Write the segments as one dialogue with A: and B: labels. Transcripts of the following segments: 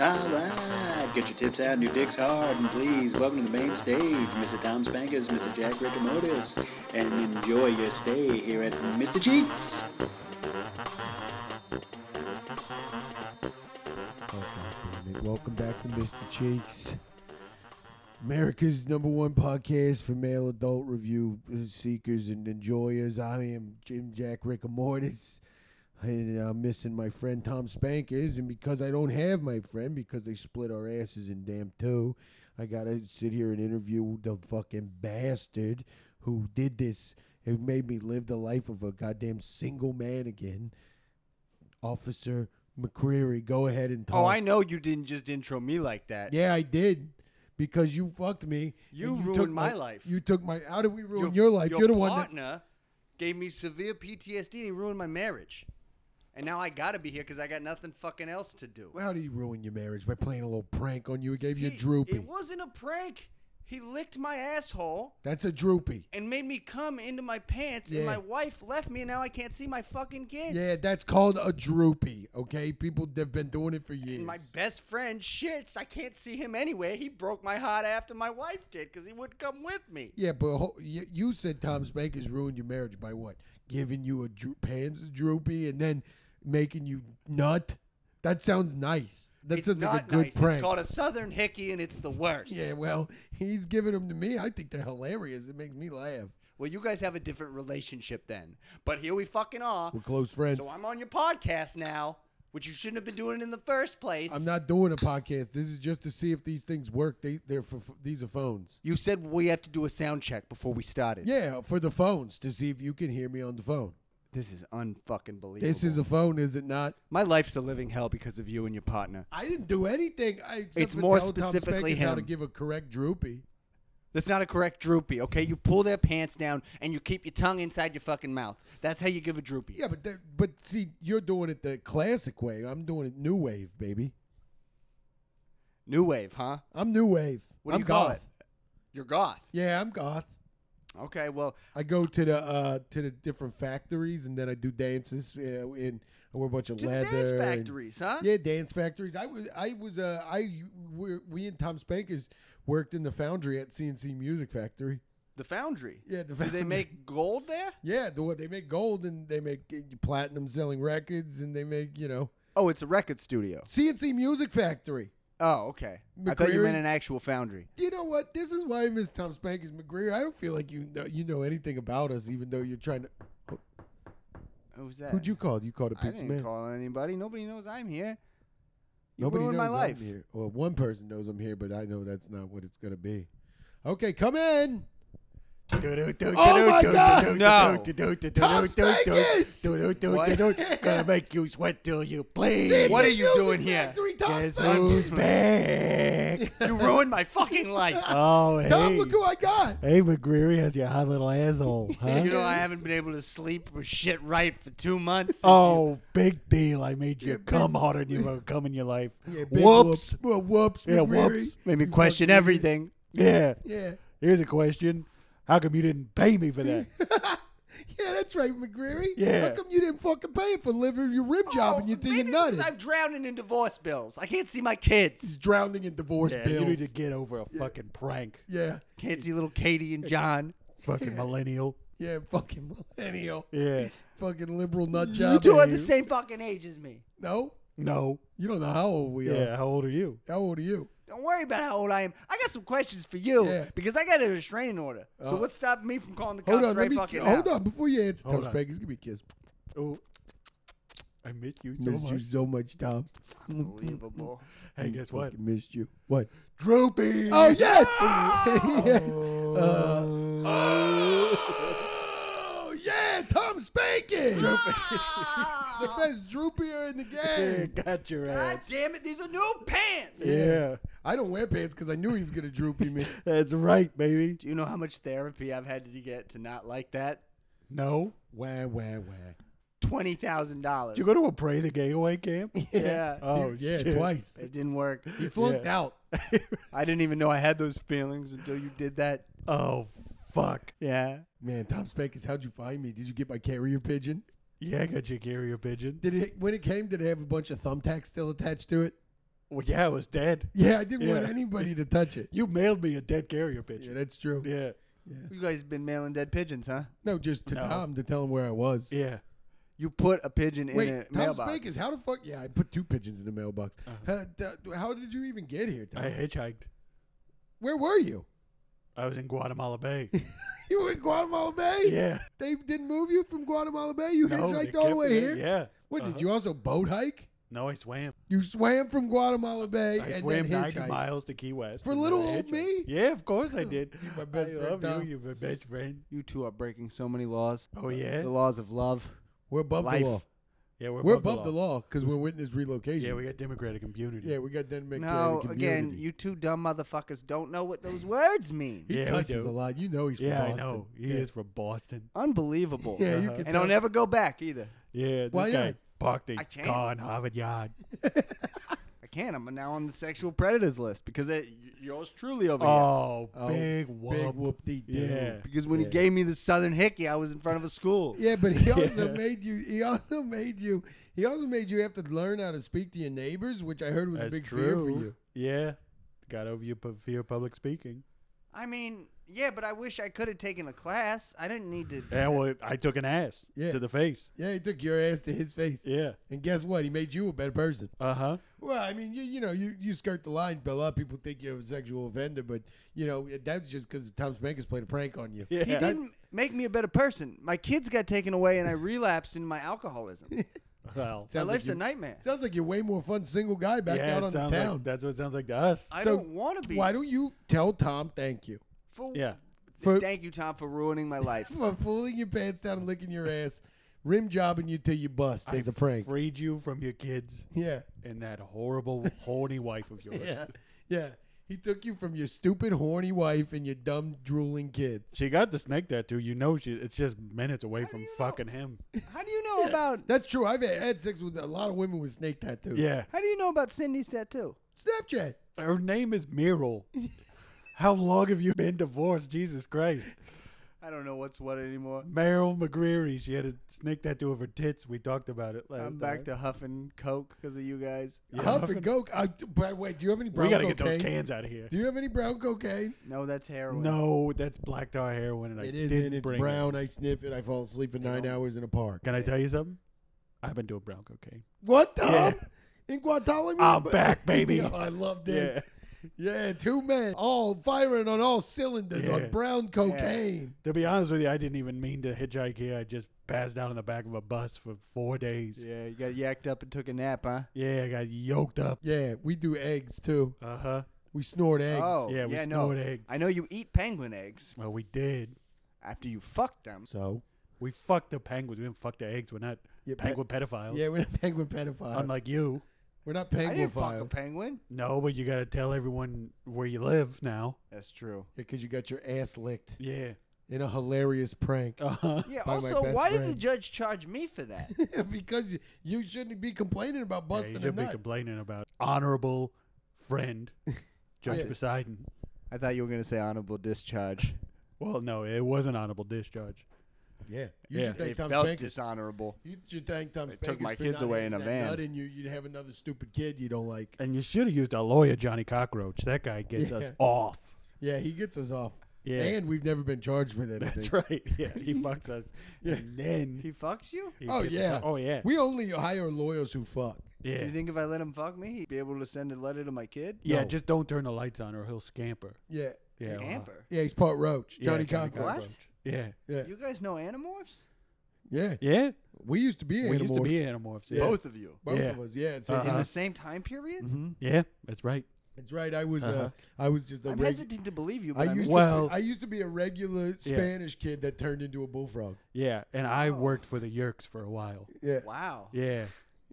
A: All right, get your tips out and your dicks hard, and please welcome to the main stage, Mr. Tom Spankers, Mr. Jack Rickamotis, and enjoy your stay here at Mr. Cheats.
B: Damn it. Welcome back to Mr. Cheeks, America's number one podcast for male adult review uh, seekers and enjoyers. I am Jim Jack Rickamortis, and I'm missing my friend Tom Spankers. And because I don't have my friend, because they split our asses in damn two, I gotta sit here and interview the fucking bastard who did this. It made me live the life of a goddamn single man again. Officer McCreary, go ahead and talk.
C: Oh, I know you didn't just intro me like that.
B: Yeah, I did. Because you fucked me.
C: You
B: and
C: ruined
B: took
C: my life.
B: You took my. How did we ruin your, life?
C: Your
B: You're the
C: partner
B: one. That,
C: gave me severe PTSD and he ruined my marriage. And now I gotta be here because I got nothing fucking else to do.
B: how did he ruin your marriage by playing a little prank on you? It gave you
C: He-
B: a droopy.
C: It wasn't a prank. He licked my asshole
B: That's a droopy.
C: and made me come into my pants,
B: Yeah.
C: and my wife left me, and now I can't see my fucking kids.
B: Yeah, that's called a droopy. Okay, people have been doing it for years.
C: And my best friend shits. I can't see him anywhere. He broke my heart after my wife did because he wouldn't come with me.
B: yeah, but ho- you, you said Tom Spankers ruined your marriage by what? Giving you a dro- pants is droopy and then making you nut. That sounds nice. That
C: it's
B: sounds
C: not
B: like a good
C: nice.
B: prank.
C: It's called a southern hickey, and it's the worst.
B: Yeah, well, he's giving them to me. I think they're hilarious. It makes me laugh.
C: Well, you guys have a different relationship then. But here we fucking are.
B: We're close friends.
C: So I'm on your podcast now, which you shouldn't have been doing in the first place.
B: I'm not doing a podcast. This is just to see if these things work. They, they're for these are phones.
C: You said we have to do a sound check before we started.
B: Yeah, for the phones to see if you can hear me on the phone.
C: This is unfucking believable.
B: This is a phone, is it not?
C: my life's a living hell because of you and your partner.
B: I didn't do anything. I, except
C: It's
B: for
C: more
B: tell Tom
C: specifically
B: Spankers how to
C: him.
B: give a correct droopy.
C: That's not a correct droopy, okay? You pull their pants down and you keep your tongue inside your fucking mouth. That's how you give a droopy.
B: Yeah, but that, but see, you're doing it the classic way. I'm doing it new wave, baby.
C: New wave, huh?
B: I'm new wave.
C: What do
B: I'm
C: you
B: goth.
C: call it? You're goth.
B: Yeah, I'm goth.
C: Okay, well,
B: I go to the uh, to the different factories and then I do dances yeah, and I wear a bunch of
C: to
B: leather.
C: the dance
B: and-
C: factories, huh?
B: yeah, dance factories. I was I was uh, I we we and Tom Spankers worked in the foundry at CNC Music Factory.
C: The foundry.
B: Yeah,
C: Do
B: the
C: they
B: foundry.
C: make gold there?
B: Yeah, the, what- they make gold and they make uh, platinum selling records and they make you know
C: Oh, it's a record studio.
B: CNC Music Factory.
C: Oh, okay. I thought you
B: McCreary?
C: meant an actual foundry.
B: You know what? This is why I miss Tom Spankers McGreer. I don't feel like you know you know anything about us, even though you're trying to.
C: Who was that?
B: Who'd you call? You called a
C: I
B: pizza
C: didn't
B: man.
C: call anybody. Nobody knows I'm here. You
B: Nobody
C: ruined
B: knows
C: my
B: I'm
C: life.
B: here. Well, one person knows I'm here, but I know that's not what it's gonna be. Okay, come in.
D: Oh my God!
C: No.
B: Tom Spankers!
D: What? Gonna make you sweat till you bleed.
C: What are
B: Music
C: you doing here?
B: Factory, Tom
D: Guess
B: Spankers.
D: who's back?
C: You ruined my fucking life.
D: Oh, hey.
B: Tom, look who I got.
D: Hey, McGreary has your hot little asshole, huh?
C: You know I haven't been able to sleep or shit right for two months. since you-
D: Oh, big deal. I made you
B: big-
D: come harder than you ever come in your life.
B: Yeah, big
D: Whoops.
B: Well, whoops.
D: Yeah,
B: McGreery.
D: whoops.
C: made me
B: You
C: question
B: fucking
C: everything.
D: Yeah.
B: idiot.
D: Here's a question. How come you didn't pay me for that?
B: Yeah. yeah, that's right, McGreery.
D: Yeah.
B: How come you didn't fucking pay for living your rib job and you think you're
C: Oh, maybe because
B: nutted?
C: I'm drowning in divorce bills. I can't see my kids.
B: He's drowning in divorce
D: Yeah,
B: bills.
D: you need to get over a fucking prank,
B: yeah,
C: Can't see little Katie and John.
D: fucking millennial.
B: yeah, fucking millennial.
D: Yeah.
B: Fucking liberal nut job.
C: You two are
B: at
C: the same fucking age as me.
B: No,
D: No.
B: you don't know how old we are.
D: Yeah. How old are you?
B: How old are you?
C: Don't worry about how old I am. I got some questions for you
B: Yeah.
C: because I got a restraining order. so
B: Uh,
C: what's stopping me from calling the cops
B: Hold on,
C: right
B: let me
C: fucking
B: hold
C: now?
B: on before you answer.
D: Hold
B: Tom
D: on.
B: Spankers, give me a kiss.
D: Oh, I miss you so
B: Missed you
D: much.
B: so much, Tom.
C: Unbelievable.
D: Hey, guess what?
B: Fucking Missed you. What?
D: Droopy.
B: Oh yes! yes. Uh, oh yeah, Tom Spankin. the best droopier in the
D: Yeah,
B: game.
D: got your
C: God
D: ass.
C: damn it, these are new pants.
D: Yeah,
B: I don't wear pants because I knew he was gonna droopy me.
D: that's right, baby.
C: Do you know how much therapy I've had to get to not like that?
D: No,
B: Wah wah wah.
C: Twenty thousand dollars.
D: did you go to a pray the gay away camp?
C: Yeah.
D: Oh
B: yeah,
D: shit.
B: twice.
C: It didn't work.
B: He flunked out.
C: I didn't even know I had those feelings until you did that.
D: Oh fuck.
C: Yeah.
B: Man, Tom Spankins, how'd you find me? Did you get my carrier pigeon?
D: Yeah, I got your carrier pigeon.
B: Did it when it came? Did it have a bunch of thumbtacks still attached to it?
D: Well, yeah, it was dead.
B: Yeah, I didn't want
D: Yeah.
B: anybody to touch it.
D: You mailed me a dead carrier
B: Yeah,
D: pigeon.
B: that's true.
D: Yeah,
C: You guys been mailing dead pigeons, huh?
B: No, just to
D: No.
B: Tom to tell him where I was.
D: yeah.
C: You put a pigeon in
B: Wait,
C: a
B: Tom
C: mailbox.
B: Spankers, how the fuck? Yeah, I put two pigeons in the mailbox. How, d- how did you even get here, Tom?
D: Uh-huh. I hitchhiked.
B: where were you?
D: I was in Guatemala Bay.
B: You were in Guatemala Bay?
D: yeah.
B: They didn't move you from Guatemala Bay? You
D: No, they
B: hitchhiked all the
D: kept
B: way
D: it-
B: here?
D: Yeah.
B: What,
D: Uh-huh.
B: did you also boat hike?
D: No, I swam.
B: You swam from Guatemala Bay
D: I
B: and
D: swam
B: then
D: 90
B: hitchhiked.
D: miles to Key West.
B: For
D: and then
B: little
D: I
B: old
D: hitchhiked.
B: me?
D: Yeah, of course I did.
B: You're my best
D: I
B: friend,
D: love
B: Tom.
D: you. You're my best friend.
C: you two are breaking so many laws.
D: Oh, yeah?
C: The laws of love.
B: We're above
C: Life.
B: the law.
D: Yeah, we're,
B: We're above the law because we're witness relocation.
D: Yeah, we got democratic immunity.
B: yeah, we got Denmark.
C: No, again,
B: community.
C: you two dumb motherfuckers don't know what those words mean.
B: He
D: Yeah, we
B: cusses
D: do.
B: a lot. You know he's from
D: Yeah, I
B: Boston.
D: know. He
B: Yeah.
D: is from Boston.
C: Unbelievable.
B: Yeah, you
D: Uh-huh.
B: can
C: And I'll
B: tell.
C: never go back either.
D: Yeah, this
B: Why
D: guy
B: not?
D: parked his
C: I can't.
D: car in Harvard Yard.
C: I can't. I'm now on the sexual predators list because it, y- yours truly over here.
D: Oh,
B: Oh,
D: big whoop.
B: Big whoop-dee-doo.
D: Yeah.
C: Because when
B: Yeah.
C: he gave me the Southern hickey, I was in front of a school.
B: Yeah, but he also made you. He also made you. He also made you have to learn how to speak to your neighbors, which I heard was
D: That's
B: a big
D: true.
B: fear for you.
D: Yeah. Got over your pu- fear of public speaking.
C: I mean, yeah, but I wish I could have taken a class. I didn't need to.
D: Yeah, well, I took an ass
B: Yeah.
D: to the face.
B: Yeah, he took your ass to his face,
D: Yeah.
B: and guess what? He made you a better person.
D: Uh huh.
B: Well, I mean, you you know, you, you skirt the line. but A lot of people think you're a sexual offender, but you know that's just because Tom Spanker's played a prank on you.
D: Yeah.
C: He didn't make me a better person. My kids got taken away, and I relapsed into my alcoholism. my
D: Well,
B: Sounds like
C: life's
B: you-
C: a nightmare.
B: Sounds like you're way more fun single guy back out
D: yeah, it
B: on the
D: sounds
B: town.
D: like that's what it sounds like to us.
C: I
B: so
C: don't want to be.
B: Why don't you tell Tom thank you
C: for,
D: Yeah.
B: For-
C: thank you, Tom, for ruining my life.
B: for fooling your pants down and licking your ass, rim jobbing you till you bust as
D: I
B: a prank?
D: freed you from your kids
B: yeah,
D: and that horrible, horny wife of yours.
B: yeah, yeah. He took you from your stupid, horny wife and your dumb, drooling kids.
D: She got the snake tattoo. You know, she it's just minutes away
C: do
D: from
C: you know?
D: fucking him.
C: How do you know about?
B: That's true. I've had, had sex with a lot of women with snake tattoos.
D: Yeah.
C: How do you know about Cindy's tattoo?
B: Snapchat.
D: Her name is Miral. How long have you been divorced? Jesus Christ.
C: I don't know what's what anymore.
D: Meryl McGreary. She had a snake tattoo of her tits. We talked about it last
C: I'm back
D: time.
C: to huffing coke because of you guys.
D: Yeah.
B: Huff and Coke. I, by the way, do you have any brown
D: We gotta
B: cocaine?
D: get those cans out of here.
B: Do you have any brown cocaine?
C: No, that's heroin.
D: No, that's black tar heroin, and I
B: it is,
D: didn't
B: and it's
D: bring it. Oh.
B: brown. I sniff it. I fall asleep for nine hours in a park.
D: Can I tell you something? I've been doing brown cocaine.
B: What the?
D: Yeah.
B: hell? In Guantanamo?
D: I'm back, baby.
B: Yo, I love this. Yeah. two men all firing on all cylinders
D: Yeah.
B: on brown cocaine.
D: To be honest with you, I didn't even mean to hitchhike here. I just passed out on the back of a bus for four days.
C: Yeah, you got yacked up and took a nap, huh?
D: Yeah, I got yoked up.
B: Yeah. we do eggs too.
D: Uh huh.
B: We snort eggs.
C: Oh,
D: Yeah, we
C: yeah, no.
D: snort eggs.
C: I know you eat penguin eggs
D: Well, we did.
C: after you fuck them.
B: So,
D: We fucked the penguins. We didn't fuck the eggs. We're not
B: Yeah, pe-
D: penguin pedophiles.
B: yeah, we're not penguin pedophiles.
D: Unlike you.
B: we're not
C: I
B: penguin
C: didn't fuck a
B: pedophiles.
C: penguin.
D: No, but you gotta tell everyone where you live now.
C: That's true.
B: Because you got your ass licked
D: Yeah.
B: in a hilarious prank.
D: Uh huh.
C: Yeah.
B: By my
C: also,
B: best
C: why did the
B: friend.
C: judge charge me for that?
B: because you- you shouldn't be complaining about
D: Yeah,
B: busting
D: you
B: a
D: should be
B: nut.
D: complaining about honorable friend Judge
B: Yeah.
D: Poseidon.
C: I thought you were gonna say honorable discharge.
D: Well, no, it was an honorable discharge.
B: yeah, you
D: Yeah.
B: should thank
C: it
B: Tom
C: felt
B: Spanker.
C: dishonorable.
B: you should thank Tom.
C: It took
B: Spankers
C: my
B: for
C: kids
B: not
C: away
B: having
C: in a
B: that
C: van.
B: Nut in you, you'd have another stupid kid you don't like.
D: And you should have used our lawyer, Johnny Cockroach. That guy gets us
B: Yeah.
D: off.
B: Yeah, he gets us off.
D: Yeah.
B: And we've never been charged with anything.
D: That's right. Yeah, he fucks us. And then
C: He fucks you?
D: he
B: Oh
D: gets us
B: yeah.
D: off. Oh yeah.
B: We only hire lawyers who fuck.
D: yeah.
C: You think if I let him fuck me, he'd be able to send a letter to my kid?
D: yeah,
B: No.
D: just don't turn the lights on or he'll scamper.
B: Yeah.
D: Yeah.
C: Scamper.
B: Yeah, he's part roach.
D: Yeah,
B: Johnny
D: Johnny
B: Cockroach.
C: What?
D: Yeah.
B: Yeah.
C: You guys know Animorphs?
B: Yeah.
D: Yeah.
B: We used to be
D: We used to
B: animorphs.
D: be animorphs. Yeah.
B: Yeah.
C: Both of you. Mm-hmm.
B: Both
D: Yeah.
B: of us. Yeah. It's,
D: Uh-huh.
C: In the same time period?
D: Yeah, that's right.
B: it's right. I was uh
D: Uh-huh.
B: I was just a
C: I'm
B: reg-
C: hesitant to believe you,
B: I
C: but I'm
B: used
D: Well-
B: to be, I used to be a regular Spanish kid that turned into a bullfrog.
D: Yeah, and I
C: Oh.
D: worked for the Yerks for a while.
B: Yeah.
C: Wow.
D: Yeah,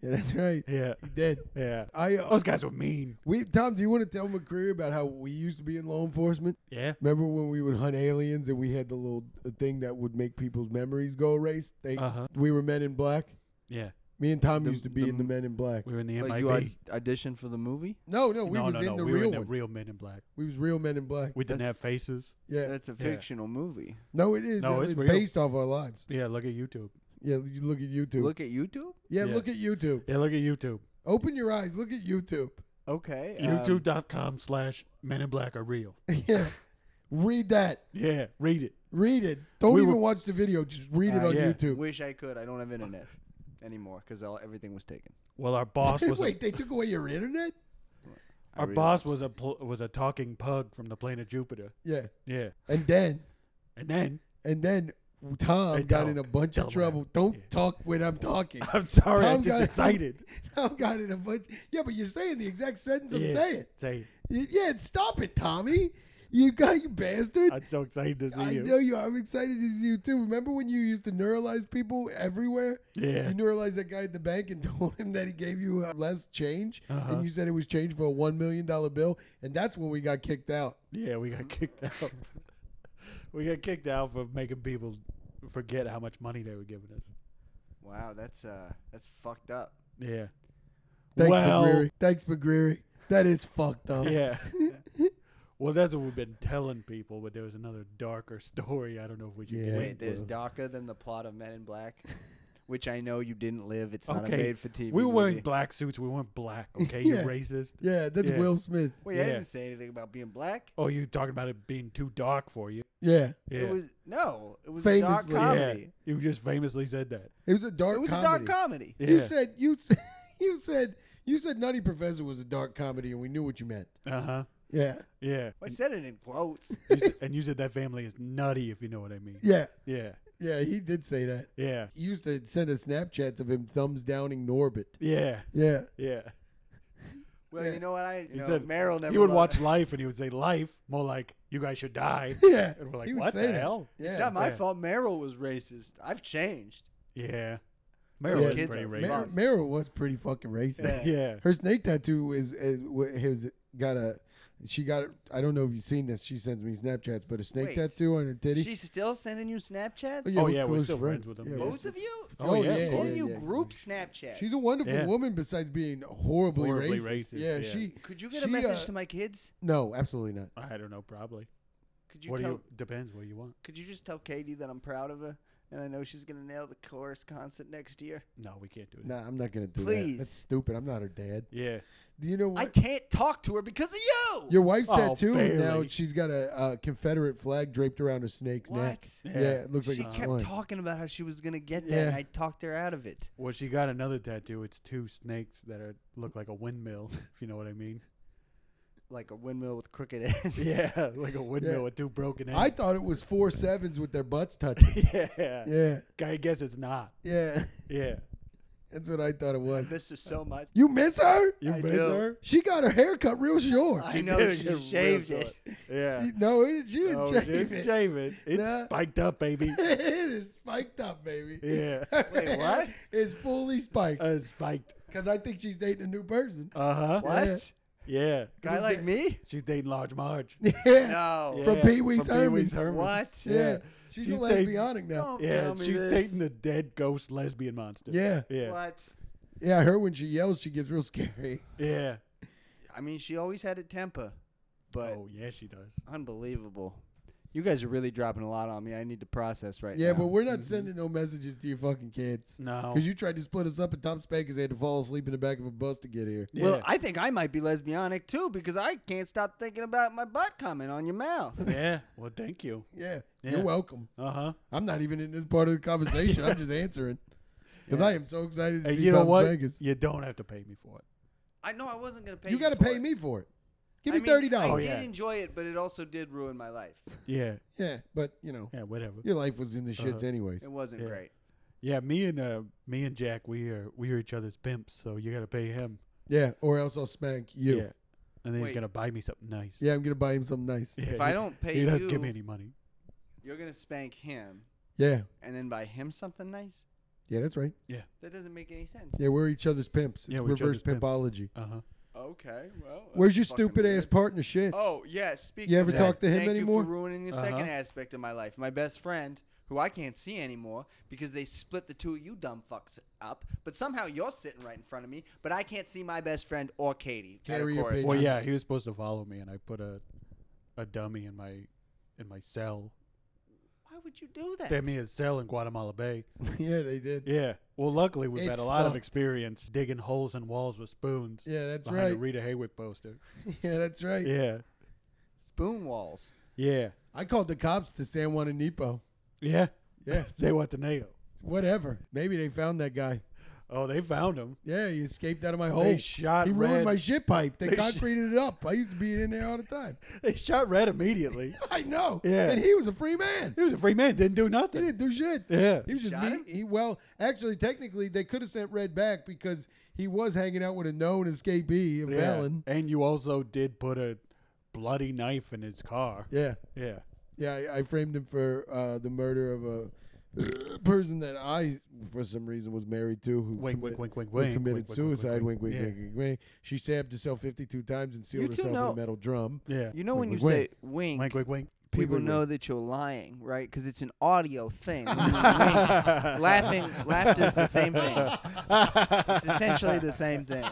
B: Yeah, that's right.
D: yeah,
B: He did.
D: yeah.
B: I uh,
D: Those guys were mean.
B: we Tom, do you want to tell McCreary about how we used to be in law enforcement?
D: Yeah.
B: Remember when we would hunt aliens and we had the little thing that would make people's memories go erased? They,
D: Uh-huh.
B: We were Men in Black.
D: Yeah,
B: Me and Tom
C: The-
B: used to be
C: the-
B: in the Men in Black.
D: we were in the
C: Like
D: MIB.
C: you aud- auditioned for the movie?
B: No, no, Oh, we
D: no,
B: was
D: no,
B: in
D: no.
B: the
D: we
B: real
D: were in
B: one.
D: the real Men in Black.
B: we was real Men in Black.
D: We didn't
C: That's-
D: have faces.
B: yeah.
C: That's a
D: Yeah.
C: fictional movie.
B: no, it is.
D: No,
B: it-
D: it's
B: it's,
D: real.
B: based off our lives.
D: Yeah, look at YouTube.
B: Yeah, you look at YouTube.
C: Look at YouTube?
B: yeah,
D: yeah.
B: look at YouTube.
D: Yeah, look at YouTube.
B: Open your eyes. Look at YouTube.
E: Okay. um,
D: YouTube.com slash Men in Black are real.
B: yeah. Read that.
D: Yeah, read it.
B: Read it. Don't
D: We
B: even
D: were-
B: watch the video. Just read it
D: Uh,
B: on
D: yeah.
B: YouTube.
C: Wish I could. I don't have internet anymore because everything was taken.
D: Well, our boss was
B: Wait,
D: a,
B: they took away your internet?
D: our boss was a pl- was a talking pug from the planet Jupiter.
B: Yeah.
D: Yeah,
B: And then,
D: and then
B: and then Tom
D: Hey,
B: got
D: Tom,
B: in a bunch of
D: Tom,
B: trouble.
D: man.
B: Don't
D: Yeah.
B: talk when I'm talking.
D: I'm sorry,
B: Tom
D: I'm just
B: got-
D: excited.
B: Tom got in a bunch. Yeah, but you're saying the exact sentence I'm
D: Yeah,
B: saying.
D: say
B: Y- Yeah, stop it, Tommy. You got you bastard.
D: it. I'm so excited to see
B: I
D: you.
B: know you. I'm excited to see you too. Remember when you used to neuralize people everywhere?
D: Yeah.
B: You neuralized that guy at the bank and told him that he gave you uh, less change,
D: Uh-huh.
B: and you said it was change for a one million dollar bill, and that's when we got kicked out.
D: Yeah, we got kicked out. we got kicked out for making people forget how much money they were giving us.
C: Wow, that's uh, that's fucked up.
D: Yeah.
B: Thanks,
D: well,
B: McGreery. Thanks, McGreery. That is fucked up.
D: yeah. well, that's what we've been telling people, but there was another darker story. I don't know if we should
B: Yeah.
D: get
C: Wait, there's
B: well.
C: darker than the plot of Men in Black, which I know you didn't live. It's not a
D: Okay,
C: made for TV.
D: We were wearing
C: movie.
D: black suits. We weren't black. Okay,
B: Yeah.
D: you racist.
B: Yeah, that's
D: Yeah.
B: Will Smith.
C: Wait, I
D: Yeah.
C: didn't say anything about being black.
D: Oh, you talking about it being too dark for you?
B: Yeah,
D: Yeah.
C: It was no, it was a
B: Famously.
C: dark
D: yeah.
C: comedy.
D: You just famously said that.
B: it was a dark.
C: It was
B: comedy.
C: a dark comedy.
D: Yeah.
B: You said you s- you said you said Nutty Professor was a dark comedy, and we knew what you meant.
D: Uh huh.
B: Yeah,
D: Yeah.
C: I said it in quotes.
D: You s- and you said that family is nutty, if you know what I mean.
B: yeah,
D: Yeah.
B: yeah. He did say that.
D: Yeah.
B: He used to send us Snapchats of him thumbs downing Norbit.
D: Yeah.
B: Yeah,
D: Yeah.
C: Well,
B: Yeah.
C: you know what I? You
D: He
C: know,
D: said
C: Meryl never.
D: He would
C: loved-
D: watch Life, and he would say Life more like you guys should die.
B: yeah.
D: And we're
B: he
D: like,
B: would
D: what
B: say
D: the
B: that.
D: hell?
B: Yeah,
C: It's not my
D: Yeah.
C: fault. Meryl was racist. I've changed.
D: Yeah.
B: Yeah.
D: Meryl is
C: Kids
D: pretty
C: are
B: Mer-
D: racist.
C: racist.
B: Meryl was pretty fucking
C: Yeah.
B: racist.
D: Yeah.
B: Her snake tattoo is, is wh- has got a. She got. I don't know if you've seen this. She sends me Snapchats, but a snake
C: Wait.
B: tattoo on her titty.
C: She's still sending you Snapchats.
B: Oh, yeah,
D: oh
B: we're
D: yeah, we're
B: close
D: still
B: friends.
D: friends with them.
B: Yeah,
D: Yeah.
C: Both of you?
D: Oh, yeah, yeah,
C: Both of
D: yeah,
C: you
B: yeah.
C: group Snapchats.
B: She's a wonderful
D: Yeah.
B: woman. Besides being horribly,
D: Horribly
B: racist.
D: racist,
B: Yeah,
D: yeah.
B: she.
C: Could you get
B: she,
C: a message
B: uh,
C: to my kids?
B: No, absolutely not.
D: I don't know. Probably.
C: Could you
D: what
C: tell?
D: do you? Depends what you want.
C: Could you just tell Katie that I'm proud of her and I know she's gonna nail the chorus concert next year?
D: No, we can't do it.
B: Nah, I'm not gonna do that.
C: Please.
B: That's stupid. I'm not her dad.
D: Yeah.
B: Do you know
C: I
B: what?
C: can't talk to her because of you.
B: Your wife's
D: Oh,
B: tattoo and now.
D: barely.
B: She's got a uh, Confederate flag draped around her snake's
C: what?
B: neck. Yeah. it looks like
C: she
B: it's
C: kept
B: fun.
C: talking about how she was gonna get that,
B: Yeah.
C: and I talked her out of it.
D: Well, she got another tattoo. It's two snakes that are look like a windmill, if you know what I mean.
C: Like a windmill with crooked ends.
D: Yeah, like a windmill with two broken
B: I
D: ends.
B: thought it was four sevens with their butts touching.
D: yeah.
B: yeah,
D: I guess it's not.
B: yeah,
D: Yeah.
B: that's what I thought it was.
C: This is so much.
B: You miss her?
D: You
C: I
D: miss
C: do.
D: her?
B: She got her hair cut real short.
C: I
D: She
C: know
D: did
C: she
D: get real
C: shaved it.
D: short. Yeah.
B: no, it, she didn't
D: Oh,
B: shave
D: she didn't
B: it.
D: shave it. It's
B: Nah.
D: spiked up, baby.
B: it is spiked up, baby.
D: Yeah.
C: Wait, what?
B: It's fully spiked
D: Uh, spiked.
B: because I think she's dating a new person.
D: Uh huh.
C: What?
B: Yeah.
D: Yeah.
C: Guy like me?
D: She's dating Large Marge.
B: Yeah,
C: No.
B: From
D: Yeah,
B: Pee Wee's
D: from Pee Wee's
B: Hermans.
D: Hermans.
C: What?
B: yeah.
D: Yeah.
B: She's,
D: She's
B: a
D: dating-
B: lesbionic now.
C: Don't
D: Yeah,
C: tell me
D: she's
C: this.
D: dating the dead ghost lesbian monster.
B: Yeah.
D: Yeah.
C: What?
B: Yeah, I heard when she yells, she gets real scary.
D: Yeah.
C: I mean, she always had a temper, but
D: oh, yeah, she does.
C: unbelievable. You guys are really dropping a lot on me. I need to process right
B: Yeah,
C: now.
B: but we're not sending no messages to your fucking kids.
D: No.
B: Because you tried to split us up at Tom Spankers, they had to fall asleep in the back of a bus to get here.
D: yeah.
C: Well, I think I might be lesbianic too because I can't stop thinking about my butt coming on your mouth.
D: yeah. Well, thank you.
B: Yeah,
D: Yeah.
B: you're welcome.
D: Uh huh.
B: I'm not even in this part of the conversation. I'm just answering because
D: Yeah.
B: I am so excited to
D: And
B: see
D: you know
B: Tom
D: what?
B: Spankers.
D: You don't have to pay me for it.
C: I know I wasn't gonna pay.
B: You got to
C: for
B: pay
C: it.
B: me for it. Give
C: I
B: me
C: mean,
B: thirty dollars. Oh,
C: I
D: oh, yeah.
C: did enjoy it, but it also did ruin my life.
D: Yeah.
B: Yeah, but you know,
D: Yeah. Whatever.
B: your life was in the shits
D: Uh-huh.
B: anyways.
C: It wasn't
D: Yeah.
C: great.
D: Yeah. Me and uh, me and Jack, we are we are each other's pimps. So you got to pay him.
B: Yeah, or else I'll spank you.
D: Yeah.
B: Yeah,
D: And then
C: Wait.
D: he's gonna buy me something nice.
B: I'm gonna buy him something nice.
D: Yeah,
C: If I
D: he-
C: don't pay
D: he doesn't
C: you-
D: give me any money.
C: You're gonna spank him
B: Yeah,
C: and then buy him something nice.
B: yeah, that's right.
C: That doesn't make any sense.
B: Yeah, we're each other's pimps. It's
D: Yeah, we're each
B: reverse
D: other's pimps.
B: pimpology.
D: Uh huh.
C: Okay. Well. that's
B: Where's your
C: fucking
B: stupid ass
C: weird.
B: partner shit?
C: Oh yeah. Speaking.
B: You ever
C: of
B: talk
C: that,
B: to him
C: thank
B: anymore?
C: You for ruining the
D: Uh-huh.
C: second aspect of my life. My best friend, who I can't see anymore because they split the two of you dumb fucks up, but somehow you're sitting right in front of me, but I can't see my best friend or Katie. at a
B: Carry your
C: chorus
B: pigeon.
D: Well,
C: concert.
D: yeah, he was supposed to follow me, and I put a a dummy in my in my cell.
C: Why would you do that?
D: They made a sale in Guatemala Bay.
B: yeah, they did. Yeah,
D: Yeah. Well, luckily we've
B: It
D: had a lot of
B: sucked.
D: experience digging holes in walls with spoons.
B: that's
D: behind
B: right.
D: a Rita Hayworth poster.
B: yeah, that's right.
D: Yeah.
C: Spoon walls.
D: Yeah.
B: I called the cops to San Juan and Nepo.
D: Yeah.
B: Yeah.
D: Say what to Neo.
B: Whatever. Maybe they found that guy.
D: Oh, they found him.
B: Yeah, he escaped out of my hole.
D: They shot
B: he
D: red.
B: ruined my shit pipe. They,
D: They sh-
B: concreted it up. I used to be in there all the time.
D: They shot red immediately.
B: I know.
D: Yeah.
B: And he was a free man.
D: he was a free man. Didn't do
B: He
D: nothing.
B: didn't do shit.
D: Yeah.
B: He was just
C: Shot
B: me.
C: him?
B: He well, actually, technically, they could have sent Red back because he was hanging out with a known escapee, a
D: Yeah.
B: felon.
D: And you also did put a bloody knife in his car.
B: Yeah,
D: Yeah.
B: yeah. I, I framed him for uh, the murder of a person that I, for some reason, was married to. Who
D: Wink, wink,
B: commit-
D: wink, wink,
B: who
D: wink.
B: committed
D: wink, wink,
B: suicide. Wink,
D: wink,
B: wink,
D: wink.
B: wink, wink, wink, She stabbed herself fifty-two times and
C: You
B: sealed
C: two
B: herself
C: know-
B: with a metal drum.
D: Yeah.
C: You know
B: Wink,
C: when you
B: wink, wink.
C: say wink,
D: Yeah. Wink, wink, wink.
C: people
B: wink,
C: know that you're lying, right? Because it's an audio thing. When you wink, laughing, laughter is the same thing. It's essentially the same thing.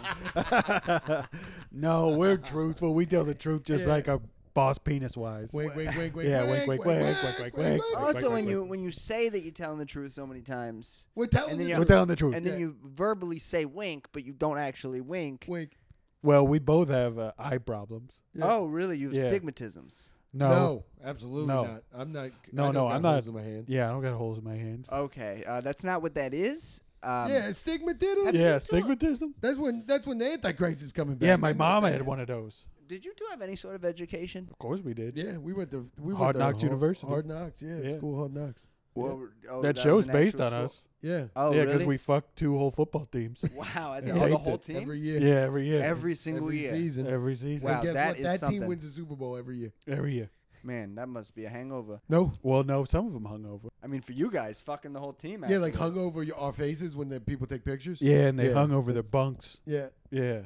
D: no, we're truthful. We tell the truth just
B: Yeah.
D: like our boss penis wise.
B: Wink, wink, wink, wink.
D: Yeah, wink, wink, wink, wink, wink, wink.
C: Also,
D: wink,
C: when
D: wink.
C: you when you say that you're telling the truth so many times,
B: We're telling
C: And then
B: the
C: you-
D: We're
B: truth.
D: telling the truth.
C: and then
B: Yeah.
C: you verbally say wink, but you don't actually wink.
B: Wink.
D: well, we both have uh, eye problems.
B: Yeah.
C: Oh, really? You have
D: Yeah.
C: stigmatisms.
D: No.
B: No, absolutely
D: No.
B: not. I'm not.
D: No,
B: I don't
D: no,
B: got
D: I'm not-
B: holes in my hands.
D: Yeah, I don't got holes in my hands.
C: Okay, uh, that's not what that is. Um,
B: yeah, stigmatism.
D: yeah, stigmatism.
B: That's when that's when the Antichrist is coming back.
D: Yeah, my
B: I know
D: mom
B: that.
D: had one of those.
C: Did you two have any sort of education?
D: Of course we did.
B: Yeah, we went to we went
D: Hard
B: to
D: Knocks
B: Har-
D: University.
B: Hard Knocks, yeah,
D: Yeah.
B: school Hard Knocks.
C: Well, oh,
D: that
C: was
D: show's
C: an
D: based
C: actual
D: on
C: school-
D: us.
B: Yeah,
C: Oh,
D: yeah,
C: really?
D: we fucked two whole football teams.
C: wow, at the,
B: Yeah.
C: oh, the
D: Taped
C: whole
D: it
C: team
B: every year,
D: yeah, every year.
C: every single
B: every
C: year.
B: season.
D: Every season.
B: And
C: Wow,
B: guess
C: that
B: what?
C: is
B: that team
C: something.
B: wins the Super Bowl every year.
D: Every year.
C: Man, that must be a hangover.
B: No,
D: Well, no, some of them hung over.
C: I mean, for you guys, fucking the whole team.
B: yeah, like
C: afterwards.
B: hung over your, our faces when the people take pictures.
D: Yeah, and they
B: Yeah,
D: hung over their bunks.
B: yeah,
D: Yeah.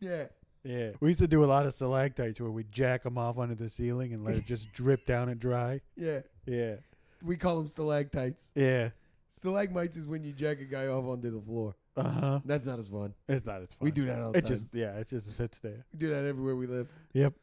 B: yeah.
D: Yeah. We used to do a lot of stalactites where we jack them off under the ceiling and let it just drip down and dry.
B: yeah.
D: Yeah.
B: We call them stalactites.
D: Yeah.
B: Stalagmites is when you jack a guy off onto the floor.
D: Uh huh.
B: That's not as fun.
D: It's not as fun.
B: We do that all the
D: It
B: time.
D: just yeah, it just sits there.
B: we do that everywhere we live.
D: Yep.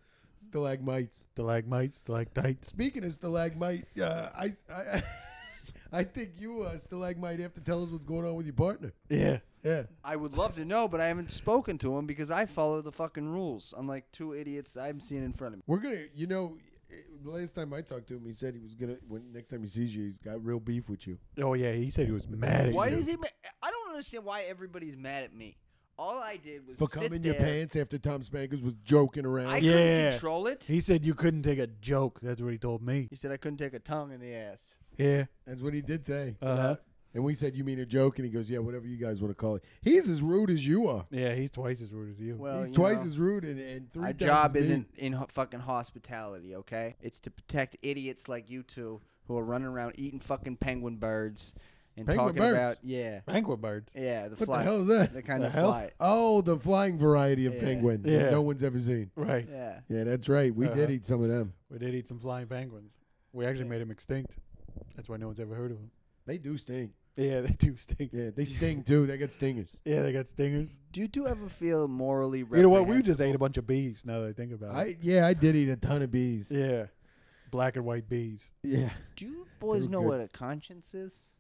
B: Stalagmites.
D: Stalagmites, stalactites.
B: Speaking of stalagmite, uh, I, I, I think you uh, stalagmite have to tell us what's going on with your partner.
D: Yeah.
B: Yeah,
C: I would love to know, but I haven't spoken to him because I follow the fucking rules. I'm like two idiots I'm seeing in front of me.
B: we're gonna. You know, eh, the last time I talked to him, he said he was gonna. When next time he sees you, he's got real beef with you.
D: Oh yeah, he said he was mad at
C: Why
D: you.
C: does he? Ma- I don't understand why everybody's mad at me. All I did was
B: For
C: sit
B: coming in
C: there.
B: your pants after Tom Spankers was joking around.
C: I
D: Yeah.
C: couldn't control it.
D: He said you couldn't take a joke. That's what he told me.
C: He said I couldn't take a tongue in the ass.
D: Yeah.
B: That's what he did say.
D: Uh huh.
B: And we said, "You mean a joke?" And he goes, "Yeah, whatever you guys want to call it." He's as rude as you are.
D: Yeah, he's twice as rude as you.
C: Well,
B: he's
C: you
B: twice
C: know,
B: as rude and, and three
C: my
B: times
C: job
B: as mean.
C: isn't in ho- fucking hospitality, okay? It's to protect idiots like you two who are running around eating fucking penguin birds and
B: Penguin
C: talking
B: birds?
C: about yeah,
D: Banquet birds.
C: yeah, the
B: What
C: fly,
B: the hell is that?
C: kind
D: The
C: of
D: hell?
C: fly.
B: Oh, the flying variety of
C: Yeah.
B: penguin that
D: Yeah.
B: no one's ever seen.
D: Right.
C: Yeah,
B: Yeah, that's right. We did
D: Uh-huh.
B: eat some of them.
D: We did eat some flying penguins. We actually made him extinct. That's why no one's ever heard of him.
B: They do sting.
D: Yeah, they do stink. Yeah,
B: Yeah, they sting too. They got stingers.
D: they got stingers.
C: do you two ever feel morally?
D: You know what? We just ate a bunch of bees. Now that I think
C: Uh-huh.
D: about it.
B: I yeah, I did eat a ton of bees. Yeah,
D: yeah. Black and white bees.
B: yeah,
C: Do you boys
B: were
C: know
B: good.
C: what a conscience is?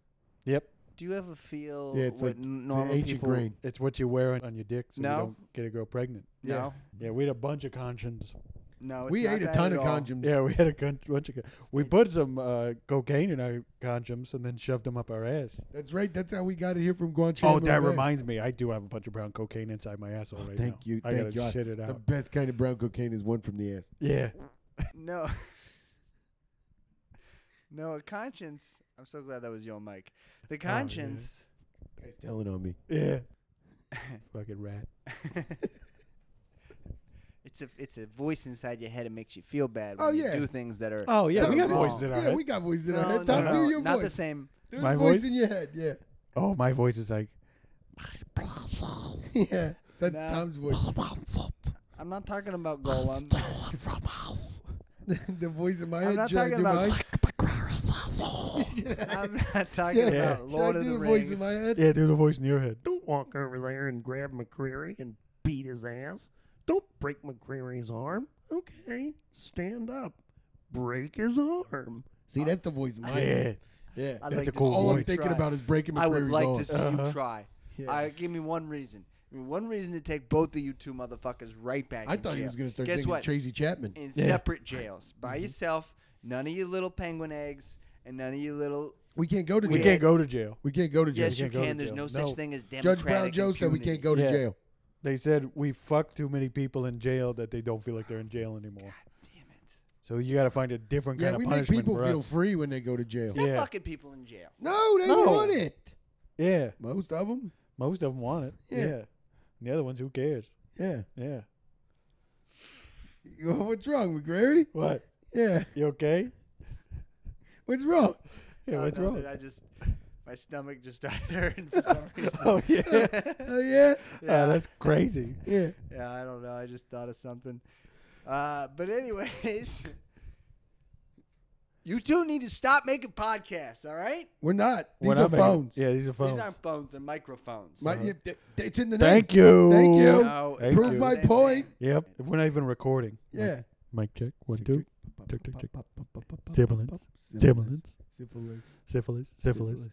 D: Yep.
C: Do you ever feel
B: it's
C: what
B: like
C: n-
B: it's an
C: normal
B: ancient
C: people?
B: grain.
D: It's what you wear on- on your dick so
C: No.
D: you don't get a girl pregnant.
B: Yeah.
C: No,
D: Yeah, we had a bunch of conscience.
C: no. Oh, It's
B: We
C: not
B: ate a
C: that
B: ton
C: at
B: of
C: all.
B: condoms.
D: Yeah, we had a con- bunch of. Con- we put some uh, cocaine in our conscience and then shoved them up our ass.
B: that's right. That's how we got it here from Guantanamo.
D: Oh, that
B: Bay.
D: reminds me. I do have a bunch of brown cocaine inside my asshole right now.
B: Thank you.
D: I
B: thank
D: gotta
B: God.
D: shit it
B: The
D: out.
B: best kind of brown cocaine is one from the ass.
D: yeah.
C: No. no, a conscience. I'm so glad that was your mic.
B: Oh,
C: The
D: yeah.
C: conscience.
B: Guys telling on me.
D: Yeah. Fucking rat.
C: It's a it's a voice inside your head. It makes you feel bad. When
B: Oh,
C: you
B: yeah.
C: do things that are.
D: Oh yeah,
C: that
D: we
C: are
D: got voices
C: wrong.
D: in our
B: yeah,
D: head.
B: we got voices in
C: No,
B: our head.
C: no,
B: Tom,
C: no,
B: do your
C: not
B: voice.
C: the same.
B: Do
D: My
B: the voice
D: voice?
B: in your head. Yeah,
D: oh, my voice is like.
B: yeah. That's
C: No.
B: Tom's voice.
C: I'm not talking about Golem.
B: the voice in my
C: I'm
B: head.
C: not
B: Should I
C: talking
B: do
C: about-
B: mine?
C: I'm not talking
B: Yeah.
D: Yeah.
C: about
B: Should
C: uh, Lord
B: I
C: of
B: do
C: the,
B: the
C: Rings.
B: voice in my head?
D: Yeah, do the voice in your head.
E: Don't walk over there and grab McCreary and beat his ass. Don't break McCreary's arm. Okay, stand up. Break his arm.
B: See, that's the voice of my
D: Yeah.
B: Yeah.
C: I'd
D: That's
C: like
D: a
C: to
D: cool
C: see
B: All
C: you
B: I'm
D: voice.
B: thinking
C: try.
B: about is breaking
C: I would
B: McCreary's
C: like
B: arm.
C: to see you
D: Uh-huh.
C: try.
B: Yeah.
C: I give me one reason. Give me one reason to take both of you two motherfuckers right back.
B: I
C: in
B: thought he
C: jail.
B: was going to start Mm-hmm.
C: Guess
B: thinking
C: what?
B: Tracy Chapman.
C: in
D: Yeah.
C: separate jails by yourself. None of your little penguin eggs and none of your little.
B: we can't go to jail.
D: We can't go to jail.
B: We can't go to jail.
C: Yes, you
D: can't go
C: can.
D: to
C: There's
D: jail.
C: no such
D: No.
C: thing as democratic.
B: Judge Brown Joe said we can't
C: impunity.
B: go to
D: Yeah.
B: jail.
D: They said we fuck too many people in jail that they don't feel like they're in jail anymore.
C: Damn it!
D: So you got to find a different
B: Yeah,
D: kind
B: we
D: of
B: make
D: punishment
B: people
D: for
B: feel
D: us.
B: free when they go to jail.
C: Stop
D: Yeah.
C: fucking people in jail.
B: No, they
D: No.
B: want it.
D: yeah,
B: Most of them.
D: most of them want it.
B: Yeah.
D: Yeah. And the other ones, who cares?
B: Yeah.
D: Yeah.
B: What's wrong, McGrary?
D: What?
B: Yeah.
D: You okay?
B: What's wrong?
D: Yeah,
C: Oh,
D: what's
C: no,
D: wrong?
C: did I just my stomach just started hurting for some reason.
D: Oh yeah.
B: Oh yeah.
D: Oh, that's crazy.
B: Yeah.
C: Yeah, I don't know. I just thought of something. Uh, but anyways, you two need to stop making podcasts. All right?
B: We're not. These
D: When
B: are
D: I make it-
B: phones.
D: Yeah, these are phones.
C: These aren't phones; they're microphones.
B: My, yeah, th- th- it's in the name.
D: Thank you.
B: Thank you.
C: No,
D: Thank
B: Prove
D: you.
B: my
C: Same thing.
B: point.
D: Yep. We're not even recording.
B: Yeah.
D: Mic check. One, two. Check, check, check. Sibilance.
B: Syphilis.
D: Sibilance.
B: Syphilis.
D: Syphilis. Syphilis.